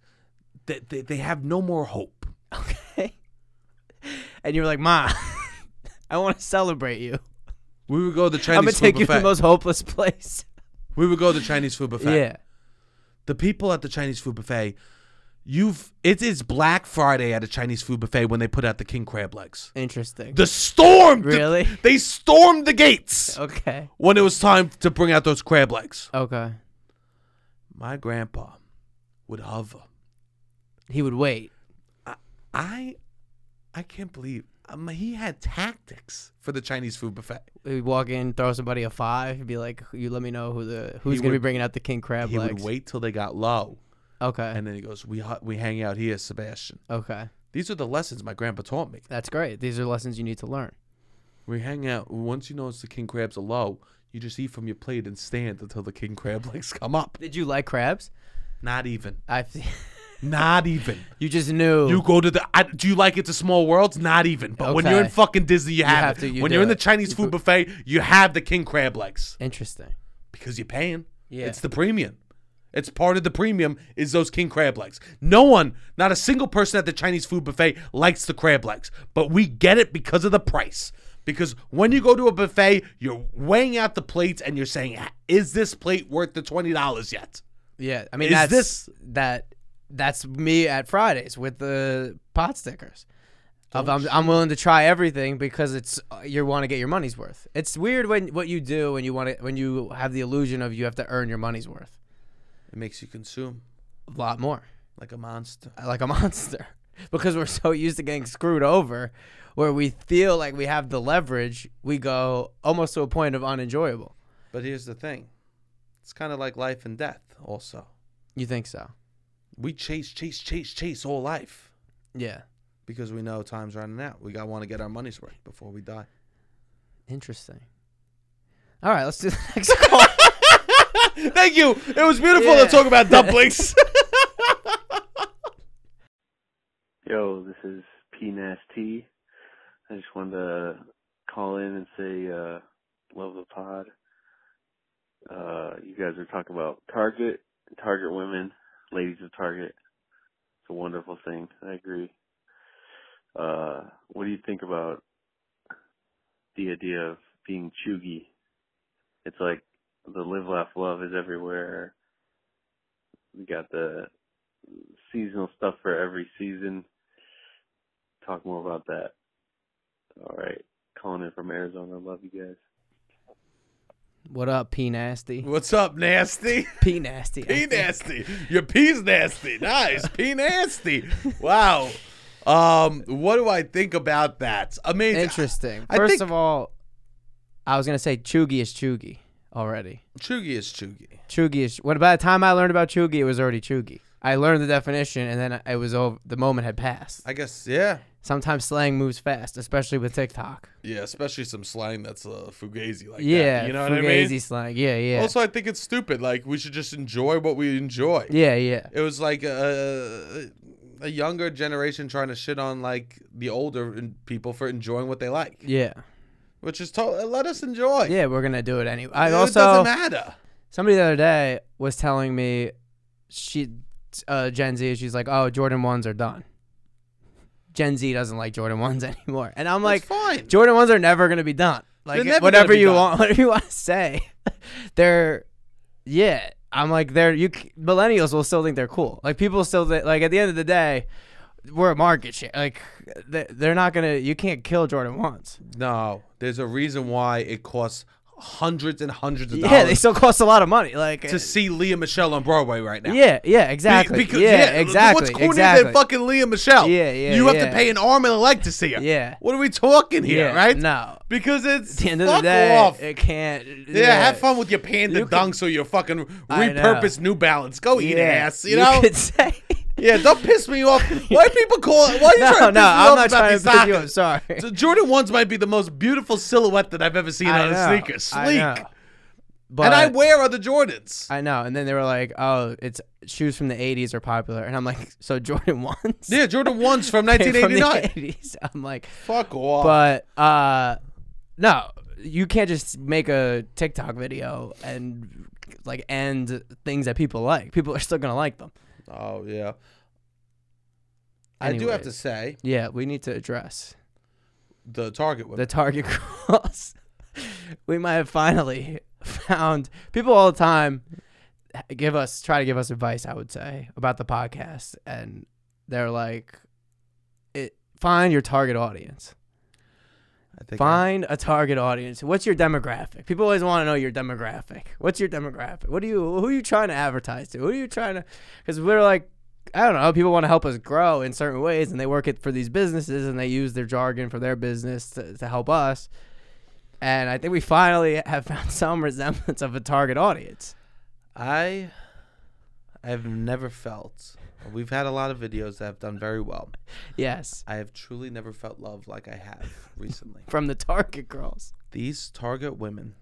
[SPEAKER 1] that they, they have no more hope.
[SPEAKER 2] Okay. And you were like, Ma, I want to celebrate you.
[SPEAKER 1] We would go to the
[SPEAKER 2] I'm gonna
[SPEAKER 1] Chinese food
[SPEAKER 2] take you to
[SPEAKER 1] buffet.
[SPEAKER 2] the most hopeless place.
[SPEAKER 1] we would go to the Chinese food buffet.
[SPEAKER 2] Yeah.
[SPEAKER 1] The people at the Chinese food buffet, you've it is Black Friday at a Chinese food buffet when they put out the king crab legs.
[SPEAKER 2] Interesting.
[SPEAKER 1] The storm
[SPEAKER 2] Really? Oh.
[SPEAKER 1] they stormed the gates
[SPEAKER 2] okay.
[SPEAKER 1] when it was time to bring out those crab legs.
[SPEAKER 2] Okay.
[SPEAKER 1] My grandpa would hover.
[SPEAKER 2] He would wait.
[SPEAKER 1] I I can't believe um, he had tactics for the Chinese food buffet.
[SPEAKER 2] He'd walk in, throw somebody a five, he'd be like, "You let me know who the who's
[SPEAKER 1] He
[SPEAKER 2] gonna be
[SPEAKER 1] would-
[SPEAKER 2] bringing out the king crab
[SPEAKER 1] he would
[SPEAKER 2] legs."
[SPEAKER 1] wait till they got low,
[SPEAKER 2] Okay.
[SPEAKER 1] and then he goes, "We hu- we hang out here, Sebastian."
[SPEAKER 2] okay.
[SPEAKER 1] These are the lessons my grandpa taught me.
[SPEAKER 2] That's great. These are lessons you need to learn.
[SPEAKER 1] We hang out. Once you notice the king crabs are low, you just eat from your plate and stand until the king crab legs come up.
[SPEAKER 2] Did you like crabs?
[SPEAKER 1] Not even.
[SPEAKER 2] I.
[SPEAKER 1] Not even.
[SPEAKER 2] you just knew.
[SPEAKER 1] You go to the. I, do you like it to small worlds? Not even. But when you're in
[SPEAKER 2] Okay.
[SPEAKER 1] fucking Disney, you have,
[SPEAKER 2] have
[SPEAKER 1] it.
[SPEAKER 2] to, you
[SPEAKER 1] when
[SPEAKER 2] do
[SPEAKER 1] you're in the
[SPEAKER 2] it.
[SPEAKER 1] Chinese
[SPEAKER 2] You
[SPEAKER 1] food
[SPEAKER 2] put-
[SPEAKER 1] buffet, you have the king crab legs
[SPEAKER 2] Interesting.
[SPEAKER 1] because you're paying.
[SPEAKER 2] Yeah.
[SPEAKER 1] It's the premium. It's part of the premium is those king crab legs. No one, not a single person at the Chinese food buffet likes the crab legs, but we get it because of the price. Because when you go to a buffet, you're weighing out the plates and you're saying, "Is this plate worth the twenty dollars yet?"
[SPEAKER 2] Yeah. I mean,
[SPEAKER 1] Is
[SPEAKER 2] that's
[SPEAKER 1] this-
[SPEAKER 2] that. That's me at Fridays with the pot stickers.
[SPEAKER 1] Oh,
[SPEAKER 2] Of I'm, I'm willing to try everything because it's uh, you want to get your money's worth. It's weird when what you do when you want to when you have the illusion of you have to earn your money's worth
[SPEAKER 1] It makes you consume
[SPEAKER 2] a lot more.
[SPEAKER 1] like a monster.
[SPEAKER 2] like a monster because we're so used to getting screwed over where we feel like we have the leverage we go almost to a point of unenjoyable
[SPEAKER 1] But here's the thing, it's kind of like life and death. Also,
[SPEAKER 2] you think so
[SPEAKER 1] we chase, chase, chase, chase all life
[SPEAKER 2] yeah
[SPEAKER 1] because we know time's running out. We got to want to get our money's worth before we die.
[SPEAKER 2] interesting all right let's do the next call
[SPEAKER 1] Thank you. It was beautiful
[SPEAKER 2] Yeah.
[SPEAKER 1] to talk about dumplings.
[SPEAKER 4] Yo, this is P Nasty. I just wanted to call in and say, uh, love the pod. Uh, you guys are talking about Target, Target women, ladies of Target. It's a wonderful thing. I agree. Uh, what do you think about the idea of being chuggy? It's like the live, laugh, love is everywhere. We got the seasonal stuff for every season talk more about that. All right. Calling in from Arizona. Love you guys.
[SPEAKER 2] what up p nasty
[SPEAKER 1] What's up, nasty?
[SPEAKER 2] p nasty
[SPEAKER 1] P nasty. Your pee's nasty. Nice. P nasty. Wow. Um, what do I think about that? Amazing.
[SPEAKER 2] interesting
[SPEAKER 1] I
[SPEAKER 2] first
[SPEAKER 1] think-
[SPEAKER 2] of all i was gonna say chugi is chugi already
[SPEAKER 1] Chugi is Chugi.
[SPEAKER 2] chugi is what by the time i learned about chugi it was already chugi i learned the definition and then it was over the moment had passed
[SPEAKER 1] I guess, yeah.
[SPEAKER 2] sometimes slang moves fast, especially with TikTok.
[SPEAKER 1] Yeah, especially some slang that's uh, fugazi like
[SPEAKER 2] yeah,
[SPEAKER 1] that. You know what
[SPEAKER 2] fugazi
[SPEAKER 1] I mean?
[SPEAKER 2] slang. Yeah, yeah,
[SPEAKER 1] Also, I think it's stupid. Like, we should just enjoy what we enjoy.
[SPEAKER 2] yeah, yeah,
[SPEAKER 1] It was like uh, a, a younger generation trying to shit on like the older en- people for enjoying what they like,
[SPEAKER 2] yeah,
[SPEAKER 1] which is to- let us enjoy.
[SPEAKER 2] yeah. We're gonna do it anyway. I
[SPEAKER 1] it
[SPEAKER 2] also
[SPEAKER 1] doesn't matter.
[SPEAKER 2] somebody the other day was telling me she uh, Gen Z. She's like, oh, Jordan ones are done. Gen Z doesn't like Jordan ones anymore, and I'm like,
[SPEAKER 1] it's fine.
[SPEAKER 2] Jordan ones are never gonna be done. Like
[SPEAKER 1] They're never
[SPEAKER 2] whatever
[SPEAKER 1] gonna be
[SPEAKER 2] you
[SPEAKER 1] done.
[SPEAKER 2] want, whatever you want to say, they're yeah. I'm like they're you c- millennials will still think they're cool. Like people still thi- like at the end of the day, we're a market share. Like they- they're not gonna you can't kill Jordan ones.
[SPEAKER 1] no, there's a reason why it costs hundreds and hundreds of
[SPEAKER 2] Yeah,
[SPEAKER 1] dollars
[SPEAKER 2] they still cost a lot of money. Like
[SPEAKER 1] to see Leah Michelle on Broadway right now.
[SPEAKER 2] Yeah, yeah, exactly.
[SPEAKER 1] Because,
[SPEAKER 2] yeah,
[SPEAKER 1] yeah,
[SPEAKER 2] exactly.
[SPEAKER 1] What's cornier
[SPEAKER 2] exactly.
[SPEAKER 1] than fucking Leah Michelle?
[SPEAKER 2] Yeah, yeah,
[SPEAKER 1] You have
[SPEAKER 2] yeah.
[SPEAKER 1] to pay an arm and a leg to see her.
[SPEAKER 2] Yeah.
[SPEAKER 1] What are we talking here,
[SPEAKER 2] yeah,
[SPEAKER 1] right?
[SPEAKER 2] No.
[SPEAKER 1] Because it's
[SPEAKER 2] At the end of
[SPEAKER 1] fuck
[SPEAKER 2] the day,
[SPEAKER 1] off.
[SPEAKER 2] it can't.
[SPEAKER 1] yeah, have fun with your panda
[SPEAKER 2] You could-
[SPEAKER 1] dunks or your fucking
[SPEAKER 2] I know.
[SPEAKER 1] repurposed New Balance. Go eat
[SPEAKER 2] Yeah,
[SPEAKER 1] ass, you know?
[SPEAKER 2] could say.
[SPEAKER 1] Yeah, don't piss me off. Why do people call it? Why are you
[SPEAKER 2] no,
[SPEAKER 1] trying to piss
[SPEAKER 2] no,
[SPEAKER 1] me
[SPEAKER 2] I'm
[SPEAKER 1] off
[SPEAKER 2] not
[SPEAKER 1] about
[SPEAKER 2] trying
[SPEAKER 1] these
[SPEAKER 2] to pick you up.
[SPEAKER 1] socks?
[SPEAKER 2] Sorry.
[SPEAKER 1] So Jordan ones might be the most beautiful silhouette that I've ever seen
[SPEAKER 2] I
[SPEAKER 1] on
[SPEAKER 2] know,
[SPEAKER 1] a sneaker.
[SPEAKER 2] I
[SPEAKER 1] Sleek.
[SPEAKER 2] know. But
[SPEAKER 1] and I wear other Jordans.
[SPEAKER 2] I know. And then they were like, "Oh, it's shoes from the '80s are popular," and I'm like, "So Jordan ones?"
[SPEAKER 1] yeah, Jordan ones from
[SPEAKER 2] came from the
[SPEAKER 1] 1989.
[SPEAKER 2] 80s. I'm like,
[SPEAKER 1] Fuck off.
[SPEAKER 2] but uh, no, you can't just make a TikTok video and like end things that people like. People are still gonna like them.
[SPEAKER 1] oh yeah. I do have to
[SPEAKER 2] Anyways.
[SPEAKER 1] say
[SPEAKER 2] Yeah, we need to address
[SPEAKER 1] the Target one.
[SPEAKER 2] the target cross. we might have finally found people all the time give us try to give us advice. I would say about the podcast, and they're like, "It find your target audience."
[SPEAKER 1] I think
[SPEAKER 2] Find a target audience. What's your demographic? People always want to know your demographic. What's your demographic? What do you who are you trying to advertise to? Who are you trying to cuz we're like I don't know, people want to help us grow in certain ways and they work it for these businesses and they use their jargon for their business to, to help us. And I think we finally have found some resemblance of a target audience.
[SPEAKER 1] I I've never felt. We've had a lot of videos that have done very well.
[SPEAKER 2] Yes,
[SPEAKER 1] I have truly never felt love like I have recently.
[SPEAKER 2] from the target girls.
[SPEAKER 1] These Target women.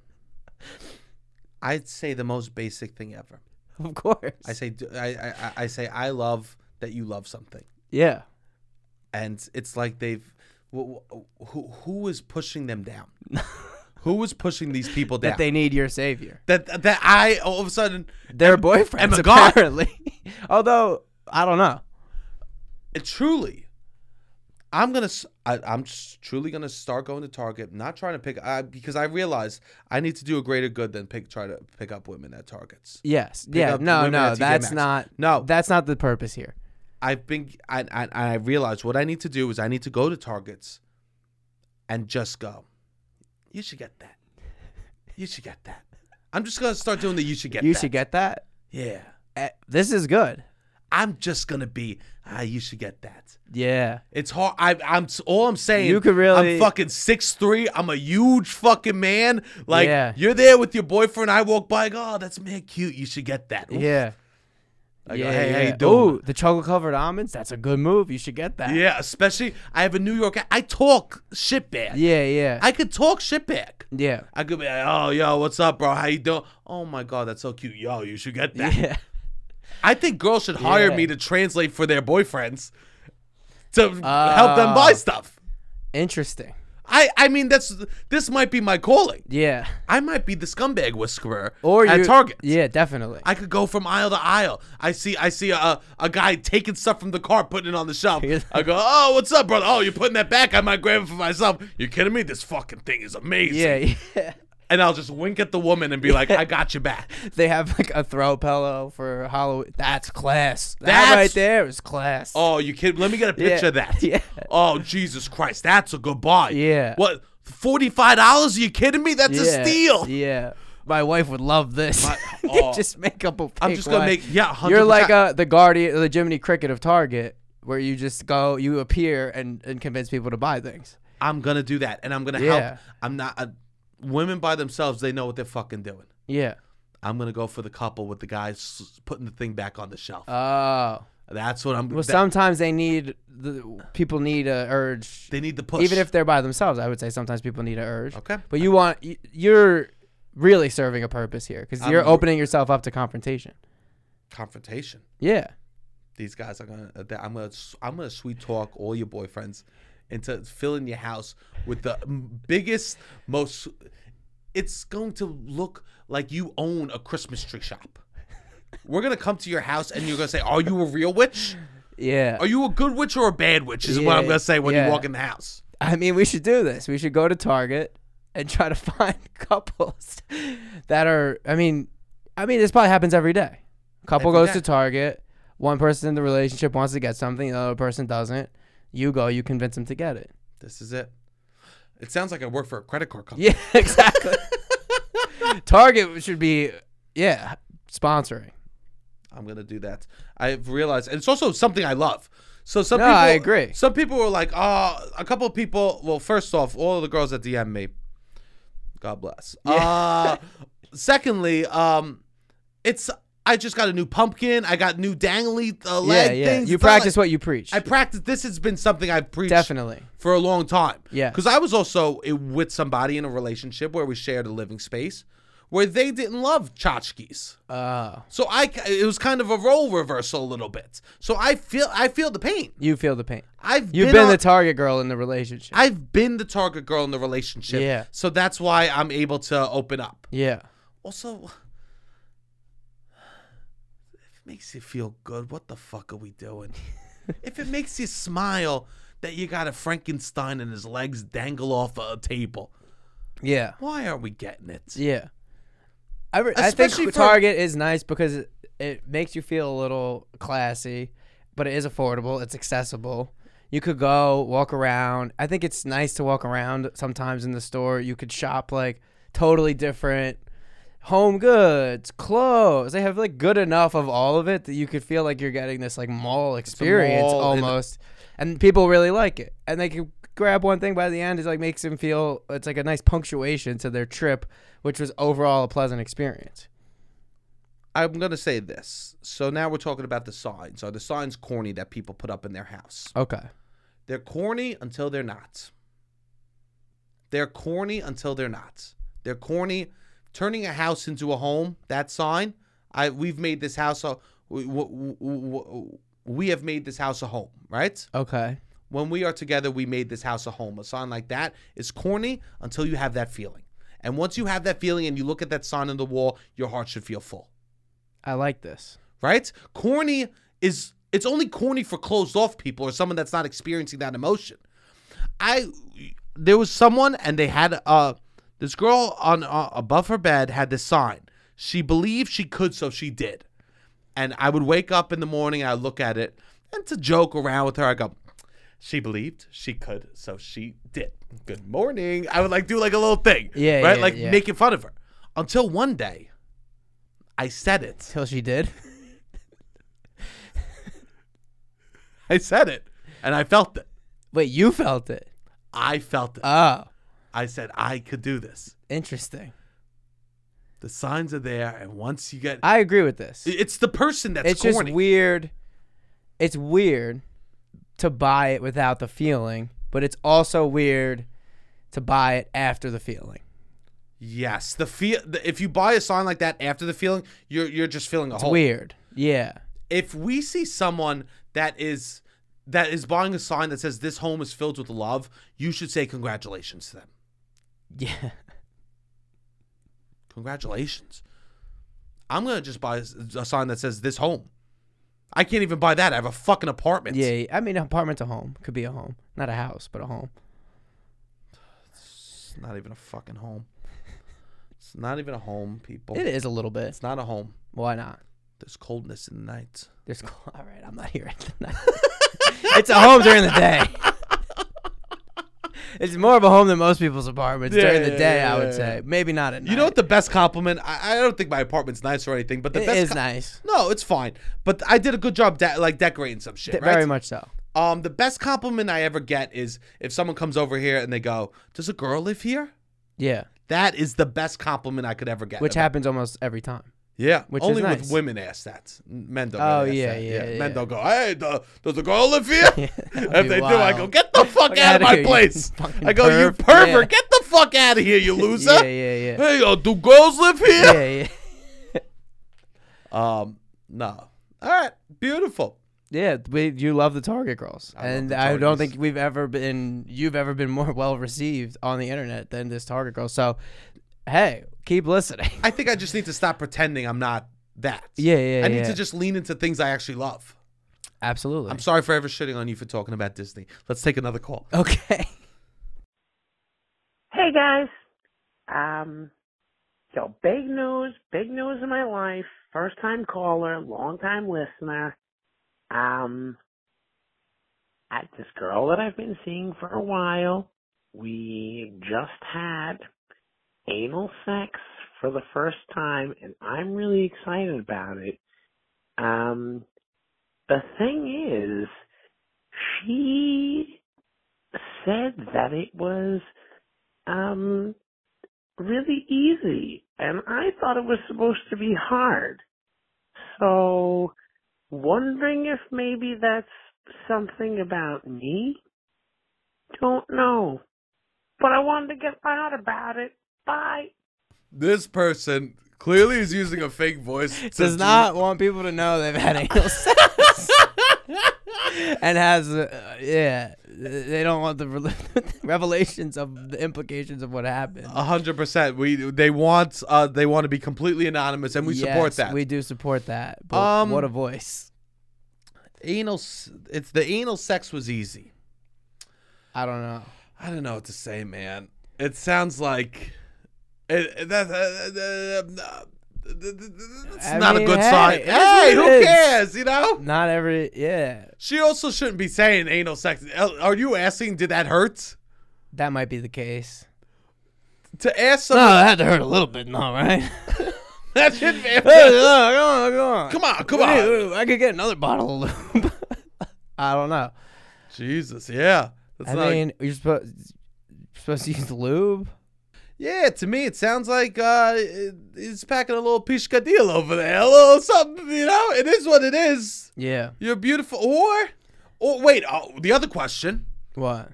[SPEAKER 1] I'd say the most basic thing ever.
[SPEAKER 2] Of course.
[SPEAKER 1] I say d- I, I- I- I say I love that you love something,
[SPEAKER 2] yeah.
[SPEAKER 1] and it's like they've wh- wh- who who is pushing them down? who is pushing these people down?
[SPEAKER 2] That they need your savior.
[SPEAKER 1] that that I all of a sudden
[SPEAKER 2] Their boyfriends
[SPEAKER 1] Emma Goth-
[SPEAKER 2] apparently. Although I don't know.
[SPEAKER 1] it truly. I'm gonna. s- I, am truly gonna start going to Target. Not trying to pick I, because I realize I need to do a greater good than pick try to pick up women at Targets.
[SPEAKER 2] Yes. yeah.
[SPEAKER 1] up
[SPEAKER 2] No.
[SPEAKER 1] women
[SPEAKER 2] No.
[SPEAKER 1] at TJ Maxx.
[SPEAKER 2] That's
[SPEAKER 1] Oh.
[SPEAKER 2] not.
[SPEAKER 1] No.
[SPEAKER 2] That's not the purpose here.
[SPEAKER 1] I've been. I, I I realized what I need to do is I need to go to Targets, and just go. You should get that. You should get that. I'm just gonna start doing the. You should get.
[SPEAKER 2] you
[SPEAKER 1] that.
[SPEAKER 2] should get that.
[SPEAKER 1] Yeah.
[SPEAKER 2] Eh, This is good.
[SPEAKER 1] I'm just gonna be. Ah, you should get that.
[SPEAKER 2] Yeah.
[SPEAKER 1] It's hard. I, I'm all I'm saying.
[SPEAKER 2] You could really-
[SPEAKER 1] I'm fucking six three. I'm a huge fucking man. Like
[SPEAKER 2] Yeah.
[SPEAKER 1] you're there with your boyfriend. I walk by. I go, oh, that's man cute. You should get that. Ooh.
[SPEAKER 2] Yeah.
[SPEAKER 1] I go,
[SPEAKER 2] yeah.
[SPEAKER 1] hey, how
[SPEAKER 2] yeah.
[SPEAKER 1] you doing?
[SPEAKER 2] Ooh, the chocolate covered almonds. That's a good move. You should get that.
[SPEAKER 1] Yeah. Especially I have a New York. I talk shit back.
[SPEAKER 2] Yeah. Yeah.
[SPEAKER 1] I could talk shit back.
[SPEAKER 2] yeah.
[SPEAKER 1] I could be like, oh yo, what's up, bro? How you doing? Oh my god, that's so cute. Yo, you should get that.
[SPEAKER 2] Yeah.
[SPEAKER 1] I think girls should hire
[SPEAKER 2] Yeah.
[SPEAKER 1] me to translate for their boyfriends to help them buy
[SPEAKER 2] Oh.
[SPEAKER 1] stuff.
[SPEAKER 2] Interesting.
[SPEAKER 1] I, I mean that's this might be my calling.
[SPEAKER 2] Yeah.
[SPEAKER 1] I might be the scumbag whisperer
[SPEAKER 2] Or
[SPEAKER 1] at
[SPEAKER 2] you,
[SPEAKER 1] Target.
[SPEAKER 2] Yeah. Definitely.
[SPEAKER 1] I could go from aisle to aisle. I see I see a a guy taking stuff from the car, putting it on the shelf.
[SPEAKER 2] You're-
[SPEAKER 1] I go, Oh, what's up, brother? Oh, you're putting that back? I might grab it for myself. You kidding me? This fucking thing is amazing.
[SPEAKER 2] yeah. Yeah.
[SPEAKER 1] And I'll just wink at the woman and be like, I got your back.
[SPEAKER 2] They have like a throw pillow for Halloween. That's class. that
[SPEAKER 1] That's-
[SPEAKER 2] right there is class.
[SPEAKER 1] Oh, you kidding? Let me get a
[SPEAKER 2] Yeah,
[SPEAKER 1] picture of that.
[SPEAKER 2] yeah.
[SPEAKER 1] Oh, Jesus Christ, that's a good buy.
[SPEAKER 2] Yeah.
[SPEAKER 1] What? Forty-five dollars? Are you kidding me? That's
[SPEAKER 2] yeah.
[SPEAKER 1] a steal.
[SPEAKER 2] Yeah. My wife would love this.
[SPEAKER 1] My-
[SPEAKER 2] They
[SPEAKER 1] oh.
[SPEAKER 2] just make up a
[SPEAKER 1] I'm
[SPEAKER 2] fake
[SPEAKER 1] just gonna
[SPEAKER 2] line.
[SPEAKER 1] make yeah. 100%.
[SPEAKER 2] You're like uh, the guardian, the Jiminy Cricket of Target, where you just go, you appear, and, and convince people to buy things.
[SPEAKER 1] I'm gonna do that, and I'm gonna
[SPEAKER 2] Yeah.
[SPEAKER 1] help. I'm not. Uh, women by themselves, they know what they're fucking doing.
[SPEAKER 2] Yeah.
[SPEAKER 1] I'm gonna go for the couple with the guys s- putting the thing back on the shelf.
[SPEAKER 2] Oh.
[SPEAKER 1] That's what I'm.
[SPEAKER 2] well,
[SPEAKER 1] that-
[SPEAKER 2] sometimes they need the people need a urge,
[SPEAKER 1] they need the push.
[SPEAKER 2] even if they're by themselves. I would say sometimes people need a urge.
[SPEAKER 1] okay.
[SPEAKER 2] But you want y- you're really serving a purpose here because you're
[SPEAKER 1] I'm-
[SPEAKER 2] opening yourself up to confrontation.
[SPEAKER 1] Confrontation.
[SPEAKER 2] Yeah.
[SPEAKER 1] These guys are gonna. uh, that- I'm gonna. s- I'm gonna sweet talk all your boyfriends into filling your house with the m- biggest, most. It's going to look like you own a Christmas tree shop. We're gonna come to your house and you're gonna say, "Are you a real witch?
[SPEAKER 2] Yeah.
[SPEAKER 1] Are you a good witch or a bad witch?" Is what I'm
[SPEAKER 2] Yeah,
[SPEAKER 1] gonna say when
[SPEAKER 2] yeah.
[SPEAKER 1] you walk in the house.
[SPEAKER 2] I mean, we should do this. We should go to Target and try to find couples that are. I mean, I mean, this probably happens every day. Couple
[SPEAKER 1] Every
[SPEAKER 2] goes
[SPEAKER 1] day.
[SPEAKER 2] to Target. One person in the relationship wants to get something. The other person doesn't. You go. You convince them to get it.
[SPEAKER 1] This is it. It sounds like I work for a credit card company.
[SPEAKER 2] Yeah, exactly. Target should be, yeah, sponsoring.
[SPEAKER 1] I'm gonna do that. I've realized, and it's also something I love. So some
[SPEAKER 2] No,
[SPEAKER 1] people,
[SPEAKER 2] I agree.
[SPEAKER 1] Some people were like, "Oh, a couple of people." Well, first off, all of the girls that DM me, God bless. Uh, secondly, um, it's I just got a new pumpkin. I got new dangly uh,
[SPEAKER 2] Yeah,
[SPEAKER 1] leg
[SPEAKER 2] yeah.
[SPEAKER 1] things.
[SPEAKER 2] you
[SPEAKER 1] It's not like-
[SPEAKER 2] practice what you preach.
[SPEAKER 1] I practice. This has been something I've preached
[SPEAKER 2] Definitely.
[SPEAKER 1] for a long time.
[SPEAKER 2] Yeah.
[SPEAKER 1] Because I was also i- with somebody in a relationship where we shared a living space, where they didn't love tchotchkes.
[SPEAKER 2] Uh,
[SPEAKER 1] So I, ca- it was kind of a role reversal a little bit. So I feel, I feel the pain.
[SPEAKER 2] you feel the pain.
[SPEAKER 1] I've
[SPEAKER 2] You've
[SPEAKER 1] been,
[SPEAKER 2] been
[SPEAKER 1] on-
[SPEAKER 2] the target girl in the relationship.
[SPEAKER 1] I've been the target girl in the relationship.
[SPEAKER 2] Yeah.
[SPEAKER 1] So that's why I'm able to open up.
[SPEAKER 2] yeah.
[SPEAKER 1] Also, if it makes you feel good, what the fuck are we doing? if it makes you smile that you got a Frankenstein and his legs dangle off a table,
[SPEAKER 2] Yeah.
[SPEAKER 1] why aren't we getting it?
[SPEAKER 2] Yeah. I, re- I think
[SPEAKER 1] Especially for-
[SPEAKER 2] Target is nice because it, it makes you feel a little classy, but it is affordable. It's accessible. You could go walk around. I think it's nice to walk around sometimes in the store. You could shop like totally different home goods, clothes. They have like good enough of all of it that you could feel like you're getting this like mall experience
[SPEAKER 1] mall in-
[SPEAKER 2] almost. and people really like it. And they can grab one thing by the end. It like makes them feel it's like a nice punctuation to their trip, which was overall a pleasant experience.
[SPEAKER 1] I'm gonna say this. So now we're talking about the signs. Are the signs corny that people put up in their house?
[SPEAKER 2] Okay.
[SPEAKER 1] They're corny until they're not. They're corny until they're not. They're corny. Turning a house into a home. That sign. I we've made this house a. We, w- w- w- we have made this house a home, right?
[SPEAKER 2] Okay.
[SPEAKER 1] When we are together, we made this house a home. A sign like that is corny until you have that feeling. And once you have that feeling and you look at that sign on the wall, your heart should feel full
[SPEAKER 2] I like this.
[SPEAKER 1] right? Corny is it's only corny for closed off people or someone that's not experiencing that emotion. I there was someone and they had uh this girl on uh, above her bed had this sign. She believed she could, so she did. And I would wake up in the morning, I look at it, and to joke around with her, I go, "She believed she could, so she did." Good morning. I would like do like a little thing,
[SPEAKER 2] Yeah,
[SPEAKER 1] right,
[SPEAKER 2] yeah,
[SPEAKER 1] like
[SPEAKER 2] yeah.
[SPEAKER 1] making fun of her. Until one day, I said it.
[SPEAKER 2] Till she did.
[SPEAKER 1] I said it, and I felt it.
[SPEAKER 2] Wait, you felt it.
[SPEAKER 1] I felt it.
[SPEAKER 2] Oh,
[SPEAKER 1] I said I could do this.
[SPEAKER 2] interesting.
[SPEAKER 1] The signs are there, and once you get,
[SPEAKER 2] I agree with this.
[SPEAKER 1] it's the person that's
[SPEAKER 2] it's
[SPEAKER 1] corny.
[SPEAKER 2] just weird. It's weird to buy it without the feeling, but it's also weird to buy it after the feeling.
[SPEAKER 1] yes, the feel. The, if you buy a sign like that after the feeling, you're you're just feeling a
[SPEAKER 2] It's
[SPEAKER 1] hole.
[SPEAKER 2] weird. Yeah.
[SPEAKER 1] If we see someone that is that is buying a sign that says this home is filled with love, you should say congratulations to them.
[SPEAKER 2] Yeah.
[SPEAKER 1] Congratulations. I'm gonna just buy a sign that says this home. I can't even buy that. I have a fucking apartment.
[SPEAKER 2] Yeah, yeah. I mean, apartment to home could be a home, not a house, but a home.
[SPEAKER 1] It's not even a fucking home. It's not even a home, people.
[SPEAKER 2] It is a little bit.
[SPEAKER 1] It's not a home.
[SPEAKER 2] Why not?
[SPEAKER 1] There's coldness in the night.
[SPEAKER 2] There's all right. I'm not here at the night. it's a home during the day. it's more of a home than most people's apartments
[SPEAKER 1] Yeah,
[SPEAKER 2] during the
[SPEAKER 1] yeah,
[SPEAKER 2] day.
[SPEAKER 1] yeah,
[SPEAKER 2] I would
[SPEAKER 1] yeah, yeah.
[SPEAKER 2] say maybe not at night.
[SPEAKER 1] You know what the best compliment? I, I don't think my apartment's nice or anything, but the
[SPEAKER 2] It
[SPEAKER 1] best
[SPEAKER 2] is
[SPEAKER 1] co-
[SPEAKER 2] nice.
[SPEAKER 1] No, it's fine. But I did a good job de- like decorating some shit,
[SPEAKER 2] Th-
[SPEAKER 1] right?
[SPEAKER 2] Very much so.
[SPEAKER 1] Um, the best compliment I ever get is if someone comes over here and they go, "Does a girl live here?"
[SPEAKER 2] Yeah,
[SPEAKER 1] That is the best compliment I could ever get.
[SPEAKER 2] which happens almost every time.
[SPEAKER 1] yeah,
[SPEAKER 2] which is
[SPEAKER 1] only
[SPEAKER 2] nice.
[SPEAKER 1] with women ask that. Men don't.
[SPEAKER 2] Oh,
[SPEAKER 1] really
[SPEAKER 2] yeah,
[SPEAKER 1] ask that.
[SPEAKER 2] yeah, yeah.
[SPEAKER 1] Men don't go, "Hey, do- does a girl live here?"
[SPEAKER 2] That'd
[SPEAKER 1] If
[SPEAKER 2] be
[SPEAKER 1] they do, I go,
[SPEAKER 2] wild.
[SPEAKER 1] get the fuck out
[SPEAKER 2] Fuck outta
[SPEAKER 1] of my
[SPEAKER 2] here, you
[SPEAKER 1] place.
[SPEAKER 2] fucking
[SPEAKER 1] I go, you
[SPEAKER 2] perv."
[SPEAKER 1] pervert,
[SPEAKER 2] Yeah.
[SPEAKER 1] get the fuck out of here, you loser.
[SPEAKER 2] Yeah, yeah, yeah.
[SPEAKER 1] Hey, uh, do girls live here?
[SPEAKER 2] yeah, yeah,
[SPEAKER 1] Um, no. All right, beautiful.
[SPEAKER 2] yeah. We, you love the Target girls,
[SPEAKER 1] I love
[SPEAKER 2] and
[SPEAKER 1] the
[SPEAKER 2] I don't
[SPEAKER 1] Targets.
[SPEAKER 2] think we've ever been, you've ever been more well received on the internet than this Target girl. So, hey, keep listening.
[SPEAKER 1] I think I just need to stop pretending I'm not that.
[SPEAKER 2] Yeah, yeah,
[SPEAKER 1] I need
[SPEAKER 2] yeah.
[SPEAKER 1] to just lean into things I actually love.
[SPEAKER 2] Absolutely.
[SPEAKER 1] I'm sorry for ever shitting on you for talking about Disney. Let's take another call.
[SPEAKER 2] okay.
[SPEAKER 5] Hey guys. Um so big news, big news in my life. First time caller, long time listener. Um at this girl that I've been seeing for a while, we just had anal sex for the first time, and I'm really excited about it. Um, the thing is, she said that it was um, really easy, and I thought it was supposed to be hard. So, wondering if maybe that's something about me. Don't know, but I wanted to get loud about it. Bye.
[SPEAKER 1] This person clearly is using a fake voice. to
[SPEAKER 2] Does
[SPEAKER 1] do-
[SPEAKER 2] not want people to know they've had anal sex. and has, uh, yeah, they don't want the rel- revelations of the implications of what happened.
[SPEAKER 1] A hundred percent. We they want uh they want to be completely anonymous, and we support
[SPEAKER 2] Yes,
[SPEAKER 1] that.
[SPEAKER 2] We do support that. But
[SPEAKER 1] Um,
[SPEAKER 2] what a voice.
[SPEAKER 1] anal, s- it's the anal sex was easy.
[SPEAKER 2] I don't know.
[SPEAKER 1] I don't know what to say, man. It sounds like it, it- that. Uh, uh, uh, it's
[SPEAKER 2] I
[SPEAKER 1] not a
[SPEAKER 2] mean,
[SPEAKER 1] good
[SPEAKER 2] hey,
[SPEAKER 1] sign.
[SPEAKER 2] it is what
[SPEAKER 1] Hey,
[SPEAKER 2] it
[SPEAKER 1] who
[SPEAKER 2] is.
[SPEAKER 1] cares? You know.
[SPEAKER 2] Not every, yeah,
[SPEAKER 1] She also shouldn't be saying anal sex. El- Are you asking? Did that hurt?
[SPEAKER 2] that might be the case.
[SPEAKER 1] To ask
[SPEAKER 2] No,
[SPEAKER 1] someone
[SPEAKER 2] had to hurt a little bit, though, right?
[SPEAKER 1] that shouldn't
[SPEAKER 2] Hey,
[SPEAKER 1] be-
[SPEAKER 2] no,
[SPEAKER 1] Come
[SPEAKER 2] come on, come on.
[SPEAKER 1] on, come
[SPEAKER 2] Wait,
[SPEAKER 1] on.
[SPEAKER 2] wait, I could get another bottle of lube. I don't know.
[SPEAKER 1] Jesus, yeah. That's
[SPEAKER 2] I
[SPEAKER 1] not a-
[SPEAKER 2] mean, you're supposed you're supposed to use lube.
[SPEAKER 1] Yeah, to me it sounds like uh, it- it's packing a little piscadillo over there, a little something. You know, it is what it is.
[SPEAKER 2] Yeah.
[SPEAKER 1] You're beautiful, or, or wait. Oh, the other question:
[SPEAKER 2] What?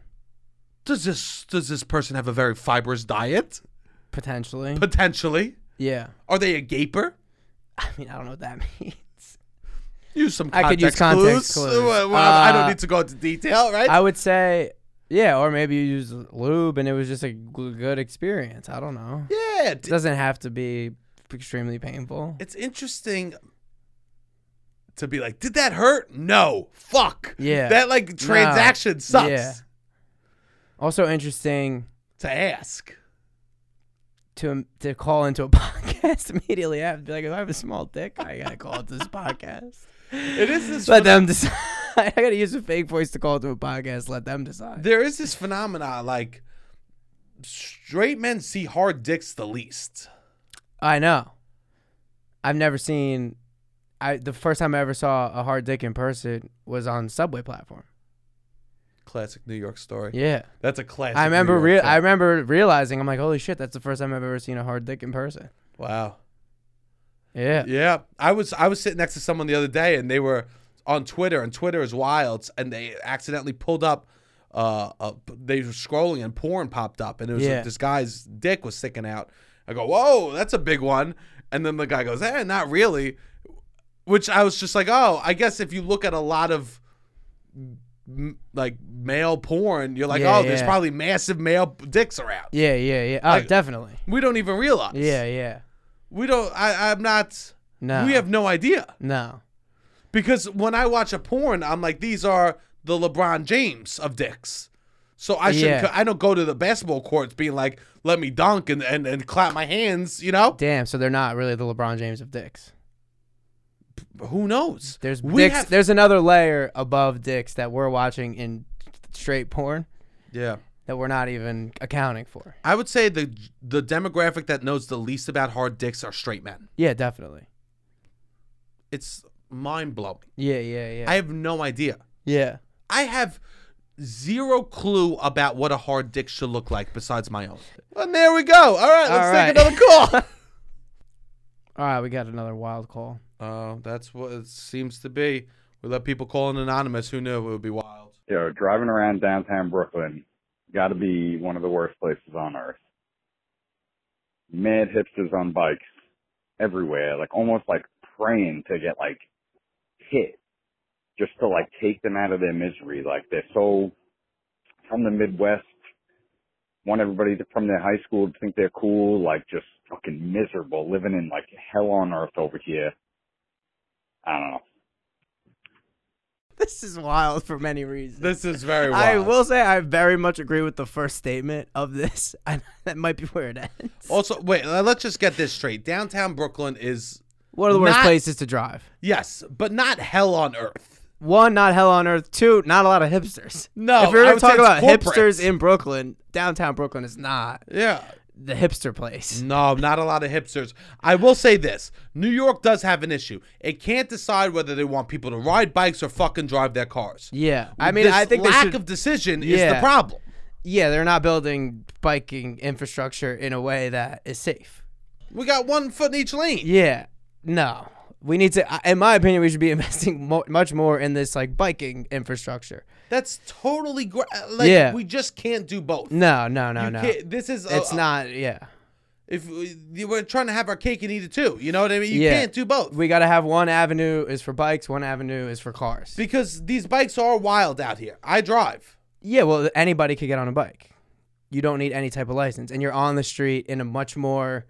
[SPEAKER 1] Does this does this person have a very fibrous diet?
[SPEAKER 2] Potentially.
[SPEAKER 1] Potentially,
[SPEAKER 2] yeah.
[SPEAKER 1] are they a gaper?
[SPEAKER 2] I mean, I don't know what that means.
[SPEAKER 1] Use some
[SPEAKER 2] I
[SPEAKER 1] context
[SPEAKER 2] could use context
[SPEAKER 1] clues.
[SPEAKER 2] clues.
[SPEAKER 1] Well, well, I don't
[SPEAKER 2] Uh,
[SPEAKER 1] need to go into detail, right?
[SPEAKER 2] I would say, yeah, or maybe you use lube and it was just a g- good experience. I don't know.
[SPEAKER 1] yeah,
[SPEAKER 2] It
[SPEAKER 1] d-
[SPEAKER 2] doesn't have to be extremely painful.
[SPEAKER 1] it's interesting to be like, did that hurt? No, fuck.
[SPEAKER 2] Yeah.
[SPEAKER 1] that like transaction sucks.
[SPEAKER 2] Yeah. Also interesting
[SPEAKER 1] To ask.
[SPEAKER 2] to um, to call into a podcast immediately after. Be like, if I have a small dick, I gotta call it this podcast.
[SPEAKER 1] It is this
[SPEAKER 2] Let them decide. I gotta use a fake voice to call to a podcast. Let them decide.
[SPEAKER 1] there is this phenomenon like straight men see hard dicks the least.
[SPEAKER 2] I know. I've never seen. I the first time I ever saw a hard dick in person was on subway platform.
[SPEAKER 1] Classic New York story.
[SPEAKER 2] Yeah,
[SPEAKER 1] That's a classic.
[SPEAKER 2] I remember.
[SPEAKER 1] New
[SPEAKER 2] Rea-
[SPEAKER 1] York
[SPEAKER 2] I
[SPEAKER 1] story.
[SPEAKER 2] remember realizing. I'm like, holy shit, that's the first time I've ever seen a hard dick in person.
[SPEAKER 1] wow.
[SPEAKER 2] Yeah.
[SPEAKER 1] Yeah, I was I was sitting next to someone the other day, and they were on Twitter, and Twitter is wild, and they accidentally pulled up. Uh, uh, they were scrolling, and porn popped up, and it was
[SPEAKER 2] Yeah.
[SPEAKER 1] like this guy's dick was sticking out. I go, whoa, that's a big one, and then the guy goes, eh, not really. Which I was just like, oh, I guess if you look at a lot of m- like male porn, you're like,
[SPEAKER 2] Yeah,
[SPEAKER 1] oh, there's
[SPEAKER 2] yeah.
[SPEAKER 1] probably massive male dicks around.
[SPEAKER 2] Yeah. Yeah. Yeah. Oh,
[SPEAKER 1] Like-
[SPEAKER 2] definitely.
[SPEAKER 1] We don't even realize.
[SPEAKER 2] Yeah. Yeah.
[SPEAKER 1] we don't. I, I'm not.
[SPEAKER 2] No.
[SPEAKER 1] We have no idea.
[SPEAKER 2] no.
[SPEAKER 1] Because when I watch a porn, I'm like, these are the LeBron James of dicks. So I should
[SPEAKER 2] Yeah.
[SPEAKER 1] not I don't go to the basketball courts being like, let me dunk and, and, and clap my hands, you know?
[SPEAKER 2] Damn. So they're not really the LeBron James of dicks.
[SPEAKER 1] Who knows?
[SPEAKER 2] There's
[SPEAKER 1] We
[SPEAKER 2] dicks.
[SPEAKER 1] have-
[SPEAKER 2] there's another layer above dicks that we're watching in straight porn
[SPEAKER 1] yeah.
[SPEAKER 2] that we're not even accounting for.
[SPEAKER 1] I would say the the demographic that knows the least about hard dicks are straight men.
[SPEAKER 2] Yeah, definitely.
[SPEAKER 1] It's mind blowing.
[SPEAKER 2] Yeah, yeah, yeah.
[SPEAKER 1] I have no idea.
[SPEAKER 2] yeah.
[SPEAKER 1] I have zero clue about what a hard dick should look like besides my own. And there we go. All right, let's
[SPEAKER 2] All right.
[SPEAKER 1] take another call.
[SPEAKER 2] All right, we got another wild call.
[SPEAKER 1] Uh, that's what it seems to be. We let people call in anonymous. Who knew it would be wild?
[SPEAKER 3] you know, driving around downtown Brooklyn, got to be one of the worst places on earth. Mad hipsters on bikes everywhere, like almost like praying to get like hit, just to like take them out of their misery. Like they're so from the Midwest, want everybody to, from their high school to think they're cool, like just fucking miserable, living in like hell on earth over here. I don't know.
[SPEAKER 2] This is wild for many reasons.
[SPEAKER 1] This is very wild.
[SPEAKER 2] I will say I very much agree with the first statement of this. I, that might be where it ends.
[SPEAKER 1] Also, wait. uh, Let's just get this straight. Downtown Brooklyn is
[SPEAKER 2] One of the worst
[SPEAKER 1] Not-
[SPEAKER 2] places to drive.
[SPEAKER 1] yes, but not hell on earth.
[SPEAKER 2] One, not hell on earth. Two, not a lot of hipsters.
[SPEAKER 1] No,
[SPEAKER 2] if you're
[SPEAKER 1] I
[SPEAKER 2] gonna
[SPEAKER 1] would
[SPEAKER 2] talk
[SPEAKER 1] say it's
[SPEAKER 2] about
[SPEAKER 1] corporate.
[SPEAKER 2] hipsters in Brooklyn, downtown Brooklyn is not.
[SPEAKER 1] Yeah,
[SPEAKER 2] the hipster place.
[SPEAKER 1] No, not a lot of hipsters. I will say this New York does have an issue. It can't decide whether they want people to ride bikes or fucking drive their cars.
[SPEAKER 2] Yeah, I mean,
[SPEAKER 1] This
[SPEAKER 2] I think they
[SPEAKER 1] lack
[SPEAKER 2] should-
[SPEAKER 1] of decision is the
[SPEAKER 2] Yeah.
[SPEAKER 1] problem.
[SPEAKER 2] yeah, they're not building biking infrastructure in a way that is safe.
[SPEAKER 1] We got one foot in each lane.
[SPEAKER 2] Yeah, no, we need to. I- In my opinion, we should be investing mo- much more in this like biking infrastructure.
[SPEAKER 1] That's totally gr- like
[SPEAKER 2] Yeah.
[SPEAKER 1] we just can't do both.
[SPEAKER 2] No, no, no,
[SPEAKER 1] You
[SPEAKER 2] no.
[SPEAKER 1] can't- uh, This is a-
[SPEAKER 2] It's
[SPEAKER 1] a-
[SPEAKER 2] not. Yeah,
[SPEAKER 1] If we, we're trying to have our cake and eat it too, you know what I mean. You
[SPEAKER 2] Yeah.
[SPEAKER 1] can't do both
[SPEAKER 2] we got to have one avenue is for bikes, one avenue is for cars.
[SPEAKER 1] because these bikes are wild out here. I drive.
[SPEAKER 2] Yeah, well, anybody could get on a bike. You don't need any type of license, and you're on the street in a much more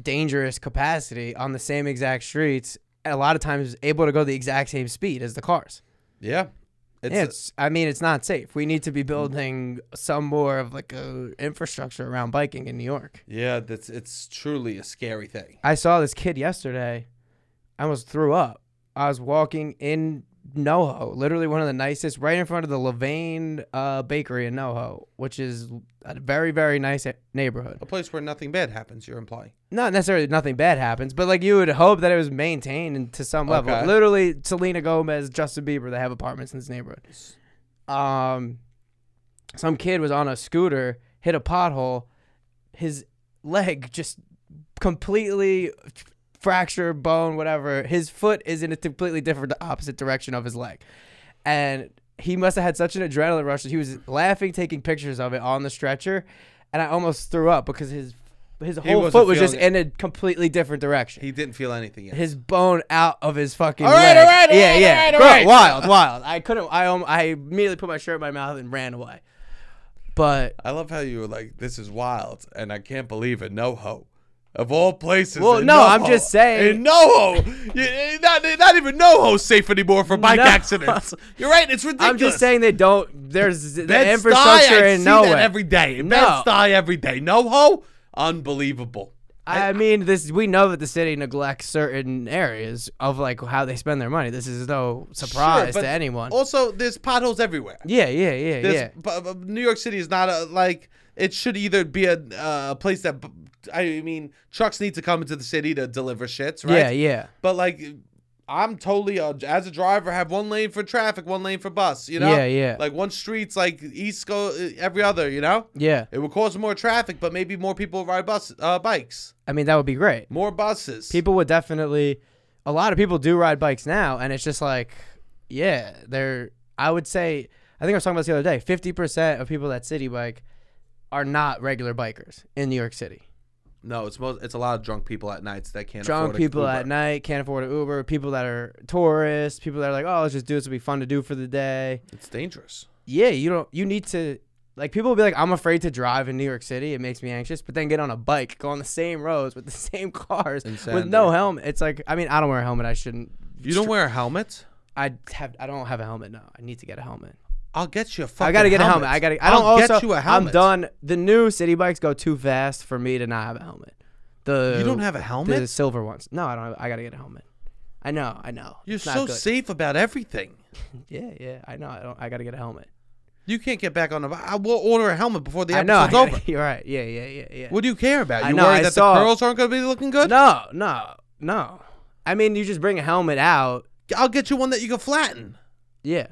[SPEAKER 2] dangerous capacity on the same exact streets. and A lot of times, able to go the exact same speed as the cars.
[SPEAKER 1] Yeah, it's,
[SPEAKER 2] Yeah, It's, I mean, it's not safe. We need to be building some more of like a infrastructure around biking in New York.
[SPEAKER 1] yeah. That's it's truly a scary thing.
[SPEAKER 2] I saw this kid yesterday. I almost threw up. I was walking in NoHo, literally one of the nicest, right in front of the Levain uh, Bakery in NoHo, which is a very, very nice a- neighborhood.
[SPEAKER 1] A place where nothing bad happens. You're implying.
[SPEAKER 2] Not necessarily nothing bad happens, but like you would hope that it was maintained and to some level.
[SPEAKER 1] Okay.
[SPEAKER 2] Literally, Selena Gomez, Justin Bieber, they have apartments in this neighborhood. Um, some kid was on a scooter, hit a pothole, his leg just completely fracture, bone, whatever. His foot is in a completely different opposite direction of his leg. And he must have had such an adrenaline rush that he was laughing, taking pictures of it on the stretcher, and I almost threw up because his his whole
[SPEAKER 1] wasn't
[SPEAKER 2] foot was just
[SPEAKER 1] feeling
[SPEAKER 2] in a completely different direction.
[SPEAKER 1] He didn't feel anything yet.
[SPEAKER 2] his bone out of his fucking
[SPEAKER 1] All right,
[SPEAKER 2] leg.
[SPEAKER 1] all right, all
[SPEAKER 2] yeah,
[SPEAKER 1] right,
[SPEAKER 2] yeah,
[SPEAKER 1] all right, all
[SPEAKER 2] Bro,
[SPEAKER 1] right.
[SPEAKER 2] wild, wild. I couldn't. I um, I immediately put my shirt in my mouth and ran away. But
[SPEAKER 1] I love how you were like, "This is wild," and I can't believe it. No ho, of all places.
[SPEAKER 2] Well,
[SPEAKER 1] in
[SPEAKER 2] no, I'm
[SPEAKER 1] NoHo.
[SPEAKER 2] just saying-
[SPEAKER 1] In no ho, not not even no ho safe anymore for bike
[SPEAKER 2] No.
[SPEAKER 1] accidents. You're right. It's ridiculous.
[SPEAKER 2] I'm just saying they don't. There's
[SPEAKER 1] Bed-Stuy,
[SPEAKER 2] the infrastructure
[SPEAKER 1] I
[SPEAKER 2] in
[SPEAKER 1] see
[SPEAKER 2] no
[SPEAKER 1] that
[SPEAKER 2] way.
[SPEAKER 1] every day.
[SPEAKER 2] No.
[SPEAKER 1] No. Bed every day. No ho, unbelievable.
[SPEAKER 2] I mean, this we know that the city neglects certain areas of like how they spend their money. This is no surprise
[SPEAKER 1] Sure, but
[SPEAKER 2] to anyone.
[SPEAKER 1] Also, there's potholes everywhere.
[SPEAKER 2] yeah, yeah, yeah,
[SPEAKER 1] There's,
[SPEAKER 2] yeah.
[SPEAKER 1] bu- bu- New York City is not a like. It should either be a uh, place that, b- I mean, trucks need to come into the city to deliver shits, right?
[SPEAKER 2] Yeah, yeah.
[SPEAKER 1] But like, I'm totally uh, as a driver have one lane for traffic, one lane for bus. You know,
[SPEAKER 2] Yeah, yeah.
[SPEAKER 1] Like one street's like east go uh, every other. You know,
[SPEAKER 2] Yeah.
[SPEAKER 1] it would cause more traffic, but maybe more people ride bus uh, bikes,
[SPEAKER 2] I mean, that would be great.
[SPEAKER 1] more buses.
[SPEAKER 2] People would definitely a lot of people do ride bikes now and it's just like yeah, they're I would say I think I was talking about this the other day. 50% of people that city bike are not regular bikers in New York City.
[SPEAKER 1] No, it's most, it's a lot of drunk people at nights that can't.
[SPEAKER 2] drunk
[SPEAKER 1] afford
[SPEAKER 2] people
[SPEAKER 1] a Uber.
[SPEAKER 2] at night can't afford an Uber. People that are tourists, people that are like, oh, let's just do this. It'll be fun to do for the day.
[SPEAKER 1] It's dangerous.
[SPEAKER 2] Yeah, you don't. You need to like people will be like, I'm afraid to drive in New York City. It makes me anxious. But then get on a bike, go on the same roads with the same cars with
[SPEAKER 1] Insanity.
[SPEAKER 2] no helmet. It's like, I mean, I don't wear a helmet. I shouldn't.
[SPEAKER 1] You don't wear a helmet.
[SPEAKER 2] I have. I don't have a helmet. No, I need to get a helmet.
[SPEAKER 1] I'll get you a fucking.
[SPEAKER 2] I gotta get a helmet. I gotta. I don't
[SPEAKER 1] will
[SPEAKER 2] also.
[SPEAKER 1] get you a helmet.
[SPEAKER 2] I'm done. The new city bikes go too fast for me to not have a helmet. The
[SPEAKER 1] You don't have a helmet.
[SPEAKER 2] the silver ones. No, I don't. Have, I gotta get a helmet. I know. I know.
[SPEAKER 1] You're
[SPEAKER 2] It's not
[SPEAKER 1] so
[SPEAKER 2] good.
[SPEAKER 1] safe about everything.
[SPEAKER 2] Yeah, yeah. I know. I don't. I gotta get a helmet.
[SPEAKER 1] You can't get back on the. bi- I will order a helmet before the
[SPEAKER 2] I know. I
[SPEAKER 1] episode's
[SPEAKER 2] gotta,
[SPEAKER 1] over.
[SPEAKER 2] You're right. Yeah, yeah, yeah, yeah.
[SPEAKER 1] What do you care about?
[SPEAKER 2] I
[SPEAKER 1] You
[SPEAKER 2] know,
[SPEAKER 1] worried
[SPEAKER 2] I
[SPEAKER 1] that
[SPEAKER 2] saw-
[SPEAKER 1] the curls aren't gonna be looking good?
[SPEAKER 2] no, no, no. I mean, you just bring a helmet out.
[SPEAKER 1] I'll get you one that you can flatten.
[SPEAKER 2] Yeah.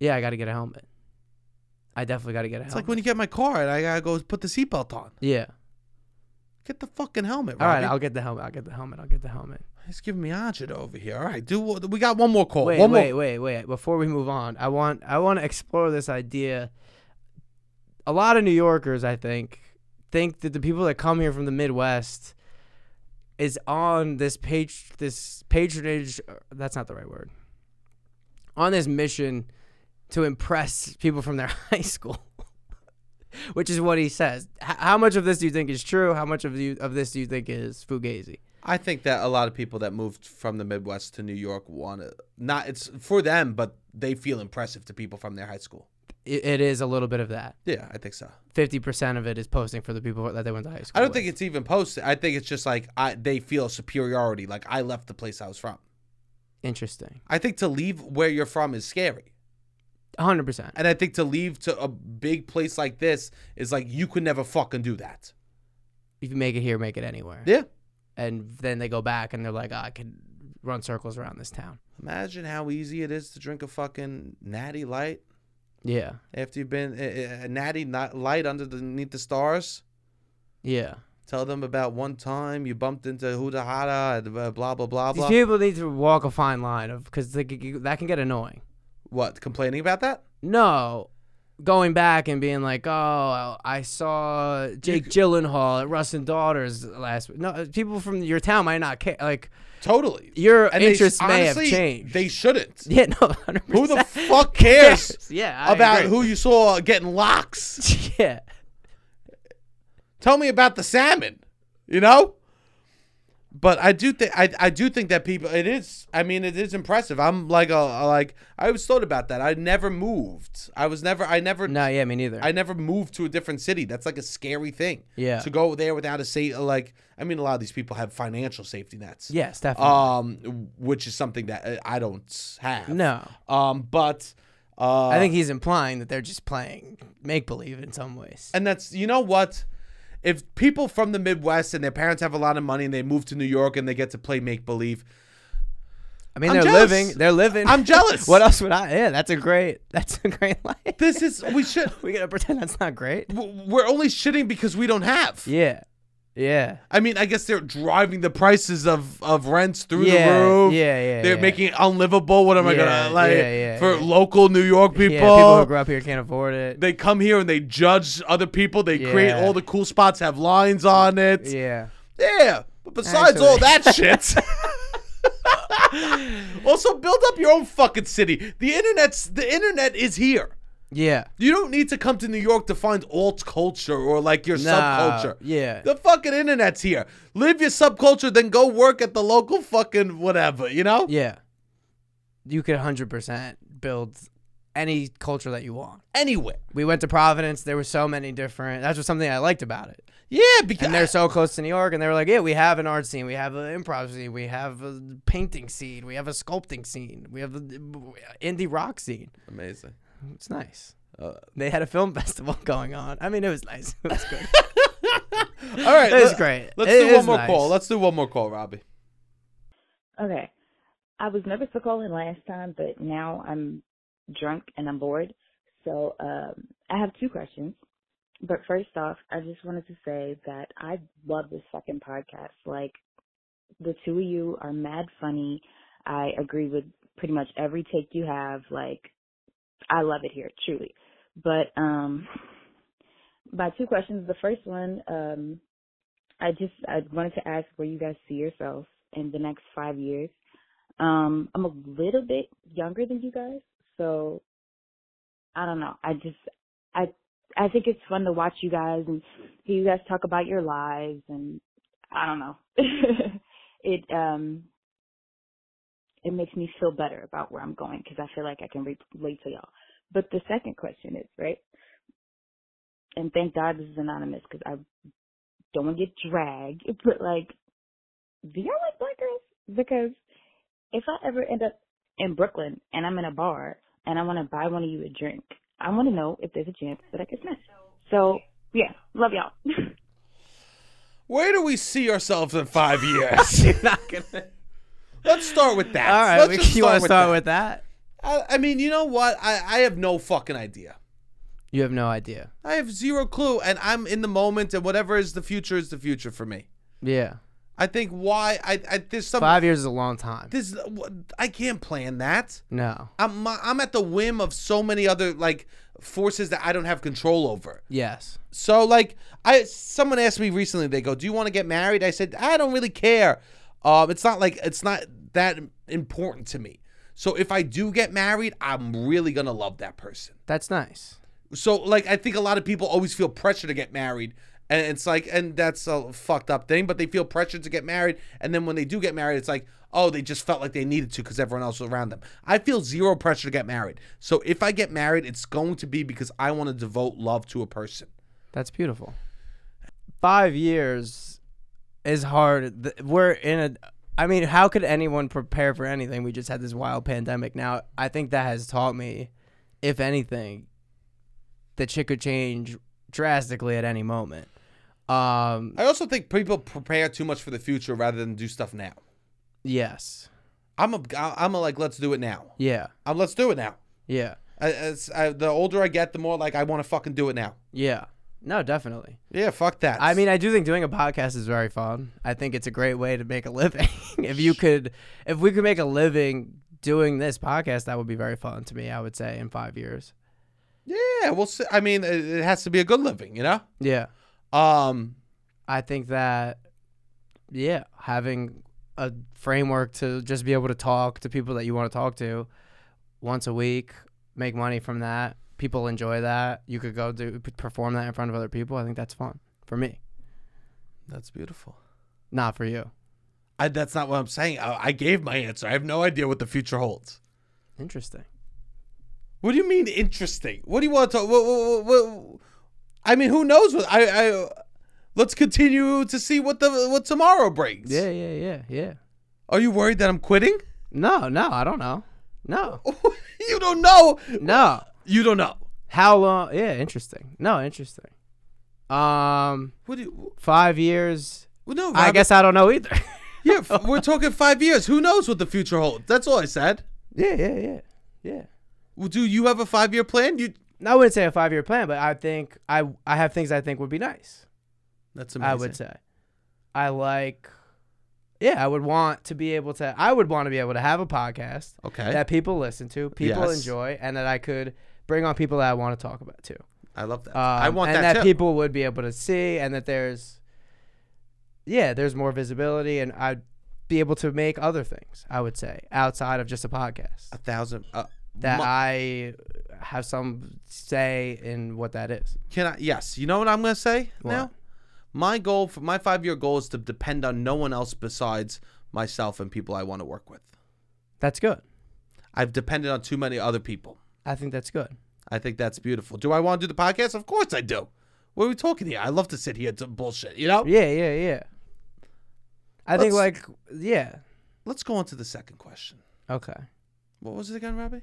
[SPEAKER 2] Yeah, I gotta get a helmet. I definitely gotta get a
[SPEAKER 1] It's
[SPEAKER 2] helmet.
[SPEAKER 1] like when you get my car and I gotta go put the seatbelt on.
[SPEAKER 2] yeah.
[SPEAKER 1] Get the fucking helmet.
[SPEAKER 2] All right,
[SPEAKER 1] Robbie.
[SPEAKER 2] I'll get the helmet. I'll get the helmet. I'll get the helmet.
[SPEAKER 1] He's giving me agita over here. All right, do what- we got one more call?
[SPEAKER 2] wait,
[SPEAKER 1] Oh, one
[SPEAKER 2] wait,
[SPEAKER 1] more.
[SPEAKER 2] wait, wait. Before we move on, I want I want to explore this idea. A lot of New Yorkers, I think, think that the people that come here from the Midwest is on this page this patronage. uh, That's not the right word. On this mission to impress people from their high school, which is what he says. H- how much of this do you think is true? How much of you of this do you think is fugazi?
[SPEAKER 1] I think that a lot of people that moved from the Midwest to New York want to not. It's for them, but they feel impressive to people from their high school.
[SPEAKER 2] It, it is a little bit of that.
[SPEAKER 1] Yeah, I think so.
[SPEAKER 2] fifty percent of it is posting for the people that they went to high school.
[SPEAKER 1] I don't
[SPEAKER 2] with.
[SPEAKER 1] think it's even posted. I think it's just like I, they feel superiority. Like I left the place I was from.
[SPEAKER 2] interesting.
[SPEAKER 1] I think to leave where you're from is scary.
[SPEAKER 2] hundred percent.
[SPEAKER 1] And I think to leave to a big place like this is like you could never fucking do that.
[SPEAKER 2] If you make it here, make it anywhere.
[SPEAKER 1] Yeah.
[SPEAKER 2] And then they go back and they're like, oh, I can run circles around this town.
[SPEAKER 1] Imagine how easy it is to drink a fucking natty light
[SPEAKER 2] Yeah.
[SPEAKER 1] after you've been a, a- a natty not light underneath the stars.
[SPEAKER 2] Yeah.
[SPEAKER 1] Tell them about one time you bumped into Huda Hada and uh, blah blah blah
[SPEAKER 2] These
[SPEAKER 1] blah.
[SPEAKER 2] people need to walk a fine line of because that can get annoying.
[SPEAKER 1] What? Complaining about that?
[SPEAKER 2] No, going back and being like, oh, I saw Jake Gyllenhaal at Russ and Daughters last week. No, uh, people from your town might not care. Like
[SPEAKER 1] Totally.
[SPEAKER 2] your
[SPEAKER 1] And they sh-
[SPEAKER 2] interests may
[SPEAKER 1] honestly,
[SPEAKER 2] have changed.
[SPEAKER 1] They shouldn't.
[SPEAKER 2] yeah, no, 100%.
[SPEAKER 1] Who the fuck cares
[SPEAKER 2] Yeah, I
[SPEAKER 1] about
[SPEAKER 2] agree.
[SPEAKER 1] who you saw getting locks?
[SPEAKER 2] Yeah,
[SPEAKER 1] tell me about the salmon you know but i do think I, I do think that people it is i mean it is impressive i'm like a, a- like i always thought about that i never moved i was never i never
[SPEAKER 2] no, yeah, me neither.
[SPEAKER 1] i never moved to a different city that's like a scary thing
[SPEAKER 2] Yeah.
[SPEAKER 1] to go there without a safe like i mean a lot of these people have financial safety nets
[SPEAKER 2] yes, definitely.
[SPEAKER 1] um which is something that uh, i don't have
[SPEAKER 2] no,
[SPEAKER 1] um but uh
[SPEAKER 2] I think he's implying that they're just playing make believe in some ways.
[SPEAKER 1] And that's you know what? If people from the Midwest and their parents have a lot of money and they move to New York and they get to play make believe,
[SPEAKER 2] I mean,
[SPEAKER 1] I'm
[SPEAKER 2] they're
[SPEAKER 1] jealous.
[SPEAKER 2] living. They're living.
[SPEAKER 1] I'm jealous.
[SPEAKER 2] what else would I? Yeah, that's a great. That's a great life.
[SPEAKER 1] this is we should
[SPEAKER 2] we gonna pretend that's not great.
[SPEAKER 1] w- we're only shitting because we don't have.
[SPEAKER 2] Yeah, yeah.
[SPEAKER 1] I mean, I guess they're driving the prices of of rents through
[SPEAKER 2] Yeah,
[SPEAKER 1] the roof.
[SPEAKER 2] yeah, yeah,
[SPEAKER 1] They're
[SPEAKER 2] yeah.
[SPEAKER 1] making it unlivable. What am I
[SPEAKER 2] Yeah,
[SPEAKER 1] gonna like
[SPEAKER 2] yeah, yeah,
[SPEAKER 1] for
[SPEAKER 2] yeah.
[SPEAKER 1] local New York people?
[SPEAKER 2] Yeah, people who grew up here can't afford it.
[SPEAKER 1] they come here and they judge other people. They create
[SPEAKER 2] Yeah.
[SPEAKER 1] all the cool spots, have lines on it.
[SPEAKER 2] yeah.
[SPEAKER 1] Yeah, but besides all that shit. also, build up your own fucking city. The internet's the internet is here.
[SPEAKER 2] Yeah.
[SPEAKER 1] You don't need to come to New York to find alt culture or like your subculture.
[SPEAKER 2] yeah.
[SPEAKER 1] The fucking internet's here. Live your subculture, then go work at the local fucking whatever, you know?
[SPEAKER 2] Yeah. You could 100% build any culture that you want.
[SPEAKER 1] Anywhere.
[SPEAKER 2] We went to Providence. There were so many different. That's what something I liked about it.
[SPEAKER 1] Yeah, because
[SPEAKER 2] And they're so close to New York, and they were like, "Yeah, we have an art scene. We have an improv scene. We have a painting scene. We have a sculpting scene. We have an indie rock scene.
[SPEAKER 1] amazing.
[SPEAKER 2] It's nice."
[SPEAKER 1] Uh,
[SPEAKER 2] They had a film festival going on. I mean, it was nice. It was good.
[SPEAKER 1] All right.
[SPEAKER 2] It was
[SPEAKER 1] let-
[SPEAKER 2] great.
[SPEAKER 1] Let's
[SPEAKER 2] It
[SPEAKER 1] do one
[SPEAKER 2] is
[SPEAKER 1] more
[SPEAKER 2] nice.
[SPEAKER 1] call. Let's do one more call, Robbie.
[SPEAKER 6] Okay. I was nervous to call in last time, but now I'm drunk and I'm bored. So um, I have two questions. But first off, I just wanted to say that I love this fucking podcast. Like, the two of you are mad funny. I agree with pretty much every take you have. Like, I love it here, truly. But um, my two questions. The first one, um, I just I wanted to ask where you guys see yourselves in the next five years. Um, I'm a little bit younger than you guys, so I don't know. I just I I think it's fun to watch you guys and hear you guys talk about your lives and I don't know. it um it makes me feel better about where I'm going because I feel like I can re- relate to y'all. But the second question is right, and thank God this is anonymous because I don't want to get dragged, but like, do y'all like black girls? Because if I ever end up in Brooklyn and I'm in a bar and I want to buy one of you a drink, I want to know if there's a chance that I could smash. So yeah, love y'all.
[SPEAKER 1] Where do we see ourselves in five years?
[SPEAKER 2] You're not gonna.
[SPEAKER 1] Let's start with that.
[SPEAKER 2] All right,
[SPEAKER 1] Let's
[SPEAKER 2] we,
[SPEAKER 1] just
[SPEAKER 2] you want to start
[SPEAKER 1] that.
[SPEAKER 2] with that?
[SPEAKER 1] I, I mean, you know what? I, I have no fucking idea.
[SPEAKER 2] You have no idea.
[SPEAKER 1] I have zero clue, and I'm in the moment, and whatever is the future is the future for me.
[SPEAKER 2] Yeah,
[SPEAKER 1] I think why I, I there's some
[SPEAKER 2] five years is a long time.
[SPEAKER 1] there's I can't plan that.
[SPEAKER 2] No.
[SPEAKER 1] I'm my- I'm at the whim of so many other like forces that I don't have control over.
[SPEAKER 2] Yes.
[SPEAKER 1] So like I someone asked me recently, they go, "Do you want to get married?" I said, "I don't really care. Um, it's not like it's not that important to me. So if I do get married, I'm really gonna love that person."
[SPEAKER 2] That's nice.
[SPEAKER 1] so like I think a lot of people always feel pressure to get married, and it's like, and that's a fucked up thing. But they feel pressured to get married, and then when they do get married, it's like, oh, they just felt like they needed to because everyone else was around them. I feel zero pressure to get married. So if I get married, it's going to be because I want to devote love to a person.
[SPEAKER 2] That's beautiful. Five years is hard. Th- We're in a. I mean, how could anyone prepare for anything? We just had this wild pandemic. Now, I think that has taught me if anything, the shit could change drastically at any moment. Um,
[SPEAKER 1] I also think people prepare too much for the future rather than do stuff now.
[SPEAKER 2] yes.
[SPEAKER 1] I'm a, I'm a like, let's do it now.
[SPEAKER 2] Yeah.
[SPEAKER 1] I'm, let's do it now.
[SPEAKER 2] Yeah.
[SPEAKER 1] I, it's- I, the older I get, the more like I want to fucking do it now.
[SPEAKER 2] Yeah. No, definitely.
[SPEAKER 1] Yeah, fuck that.
[SPEAKER 2] I mean, I do think doing a podcast is very fun. I think it's a great way to make a living. if you could, if we could make a living doing this podcast, that would be very fun to me. I would say in five years.
[SPEAKER 1] yeah, well, see. I mean, it, it has to be a good living, you know.
[SPEAKER 2] Yeah,
[SPEAKER 1] Um,
[SPEAKER 2] I think that. Yeah, having a framework to just be able to talk to people that you want to talk to once a week, make money from that. People enjoy that. You could go do perform that in front of other people. I think that's fun for me,
[SPEAKER 1] that's beautiful.
[SPEAKER 2] not for you.
[SPEAKER 1] I, that's not what I'm saying. I, I gave my answer. I have no idea what the future holds.
[SPEAKER 2] Interesting.
[SPEAKER 1] What do you mean interesting? What do you want to talk? What, what, what, what- I mean, who knows? What I, I let's continue to see what the what tomorrow brings.
[SPEAKER 2] Yeah, yeah, yeah, yeah.
[SPEAKER 1] Are you worried that I'm quitting?
[SPEAKER 2] No, no, I don't know. No,
[SPEAKER 1] you don't know.
[SPEAKER 2] no.
[SPEAKER 1] You don't know.
[SPEAKER 2] How long? Yeah, interesting. No, interesting. Um,
[SPEAKER 1] What do you?
[SPEAKER 2] five years.
[SPEAKER 1] Well, no,
[SPEAKER 2] I
[SPEAKER 1] Robert-
[SPEAKER 2] guess I don't know either.
[SPEAKER 1] Yeah, f- we're talking five years. Who knows what the future holds? That's all I said.
[SPEAKER 2] yeah, yeah, yeah, yeah.
[SPEAKER 1] Well, Do you have a five year plan? You.
[SPEAKER 2] No, I wouldn't say a five-year plan, but I think I I have things I think would be nice.
[SPEAKER 1] That's amazing.
[SPEAKER 2] I would say, I like. Yeah, I would want to be able to. I would want to be able to have a podcast
[SPEAKER 1] Okay.
[SPEAKER 2] that people listen to, people
[SPEAKER 1] Yes.
[SPEAKER 2] enjoy, and that I could bring on people that I want to talk about too.
[SPEAKER 1] I love that.
[SPEAKER 2] Um,
[SPEAKER 1] I want
[SPEAKER 2] and
[SPEAKER 1] that, too.
[SPEAKER 2] people would be able to see, and that there's, yeah, there's more visibility, and I'd be able to make other things. I would say outside of just a podcast
[SPEAKER 1] a thousand. Uh,
[SPEAKER 2] that
[SPEAKER 1] mu-
[SPEAKER 2] I have some say in what that is.
[SPEAKER 1] can I? Yes. You know what I'm gonna say now.
[SPEAKER 2] What?
[SPEAKER 1] My goal for my five year goal is to depend on no one else besides myself and people I want to work with.
[SPEAKER 2] That's good.
[SPEAKER 1] I've depended on too many other people.
[SPEAKER 2] I think that's good.
[SPEAKER 1] I think that's beautiful. Do I want to do the podcast? Of course I do. What are we talking here? I love to sit here and bullshit. You know.
[SPEAKER 2] Yeah, yeah, yeah. I think like
[SPEAKER 1] Oh. Let's-
[SPEAKER 2] yeah.
[SPEAKER 1] Let's go on to the second question.
[SPEAKER 2] Okay.
[SPEAKER 1] What was it again, Robbie?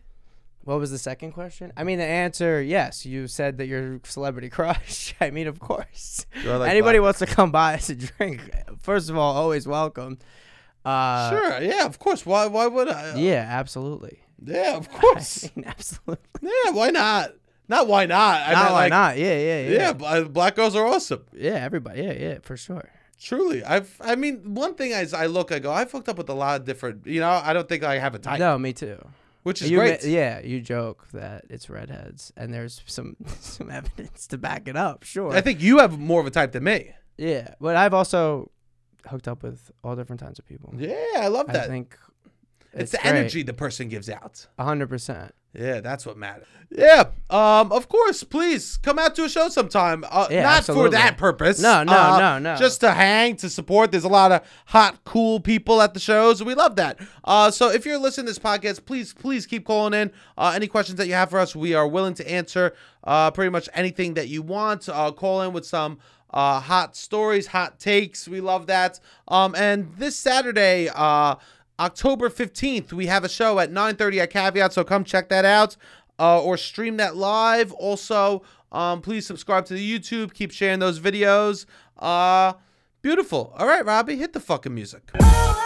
[SPEAKER 2] What was the second question? I mean, the answer, yes. You said that your celebrity crush. I mean, of course.
[SPEAKER 1] Do I like
[SPEAKER 2] Anybody
[SPEAKER 1] black-
[SPEAKER 2] wants to come by us a drink, first of all, always welcome. Uh,
[SPEAKER 1] sure. Yeah. Of course. Why? Why would I?
[SPEAKER 2] Yeah, absolutely.
[SPEAKER 1] Yeah, of
[SPEAKER 2] I
[SPEAKER 1] course.
[SPEAKER 2] mean, absolutely.
[SPEAKER 1] yeah, why not? Not why not. I
[SPEAKER 2] Not
[SPEAKER 1] meant,
[SPEAKER 2] why
[SPEAKER 1] like,
[SPEAKER 2] not? Yeah, yeah, yeah.
[SPEAKER 1] Yeah, bl- uh, black girls are awesome.
[SPEAKER 2] Yeah, everybody. Yeah, yeah, for sure.
[SPEAKER 1] Truly, I've. I mean, one thing is, I look, I go, I fucked up with a lot of different. You know, I don't think I have a type,
[SPEAKER 2] no, me too.
[SPEAKER 1] which is
[SPEAKER 2] You ma-
[SPEAKER 1] great.
[SPEAKER 2] yeah, you joke that it's redheads, and there's some some evidence to back it up. Sure.
[SPEAKER 1] I think you have more of a type than me.
[SPEAKER 2] Yeah, but I've also hooked up with all different kinds of people.
[SPEAKER 1] Yeah, I love
[SPEAKER 2] I
[SPEAKER 1] that.
[SPEAKER 2] think
[SPEAKER 1] it's, the energy the person gives out.
[SPEAKER 2] hundred percent.
[SPEAKER 1] Yeah, that's what matters. Yeah, um, of course. Please come out to a show sometime. Uh,
[SPEAKER 2] Yeah,
[SPEAKER 1] not
[SPEAKER 2] absolutely.
[SPEAKER 1] for that purpose.
[SPEAKER 2] No, no,
[SPEAKER 1] Uh,
[SPEAKER 2] no, no.
[SPEAKER 1] Just to hang, to support. There's a lot of hot, cool people at the shows. We love that. Uh, so if you're listening to this podcast, please, please keep calling in. Uh, any questions that you have for us, we are willing to answer uh, pretty much anything that you want. Uh, call in with some. Uh, hot stories, hot takes. We love that. Um, and this Saturday, uh, October 15th, we have a show at 9:30 at Caveat, so come check that out uh, or stream that live. Also, um, please subscribe to the YouTube. Keep sharing those videos. Uh, beautiful. All right, Robbie, hit the fucking music.
[SPEAKER 7] Oh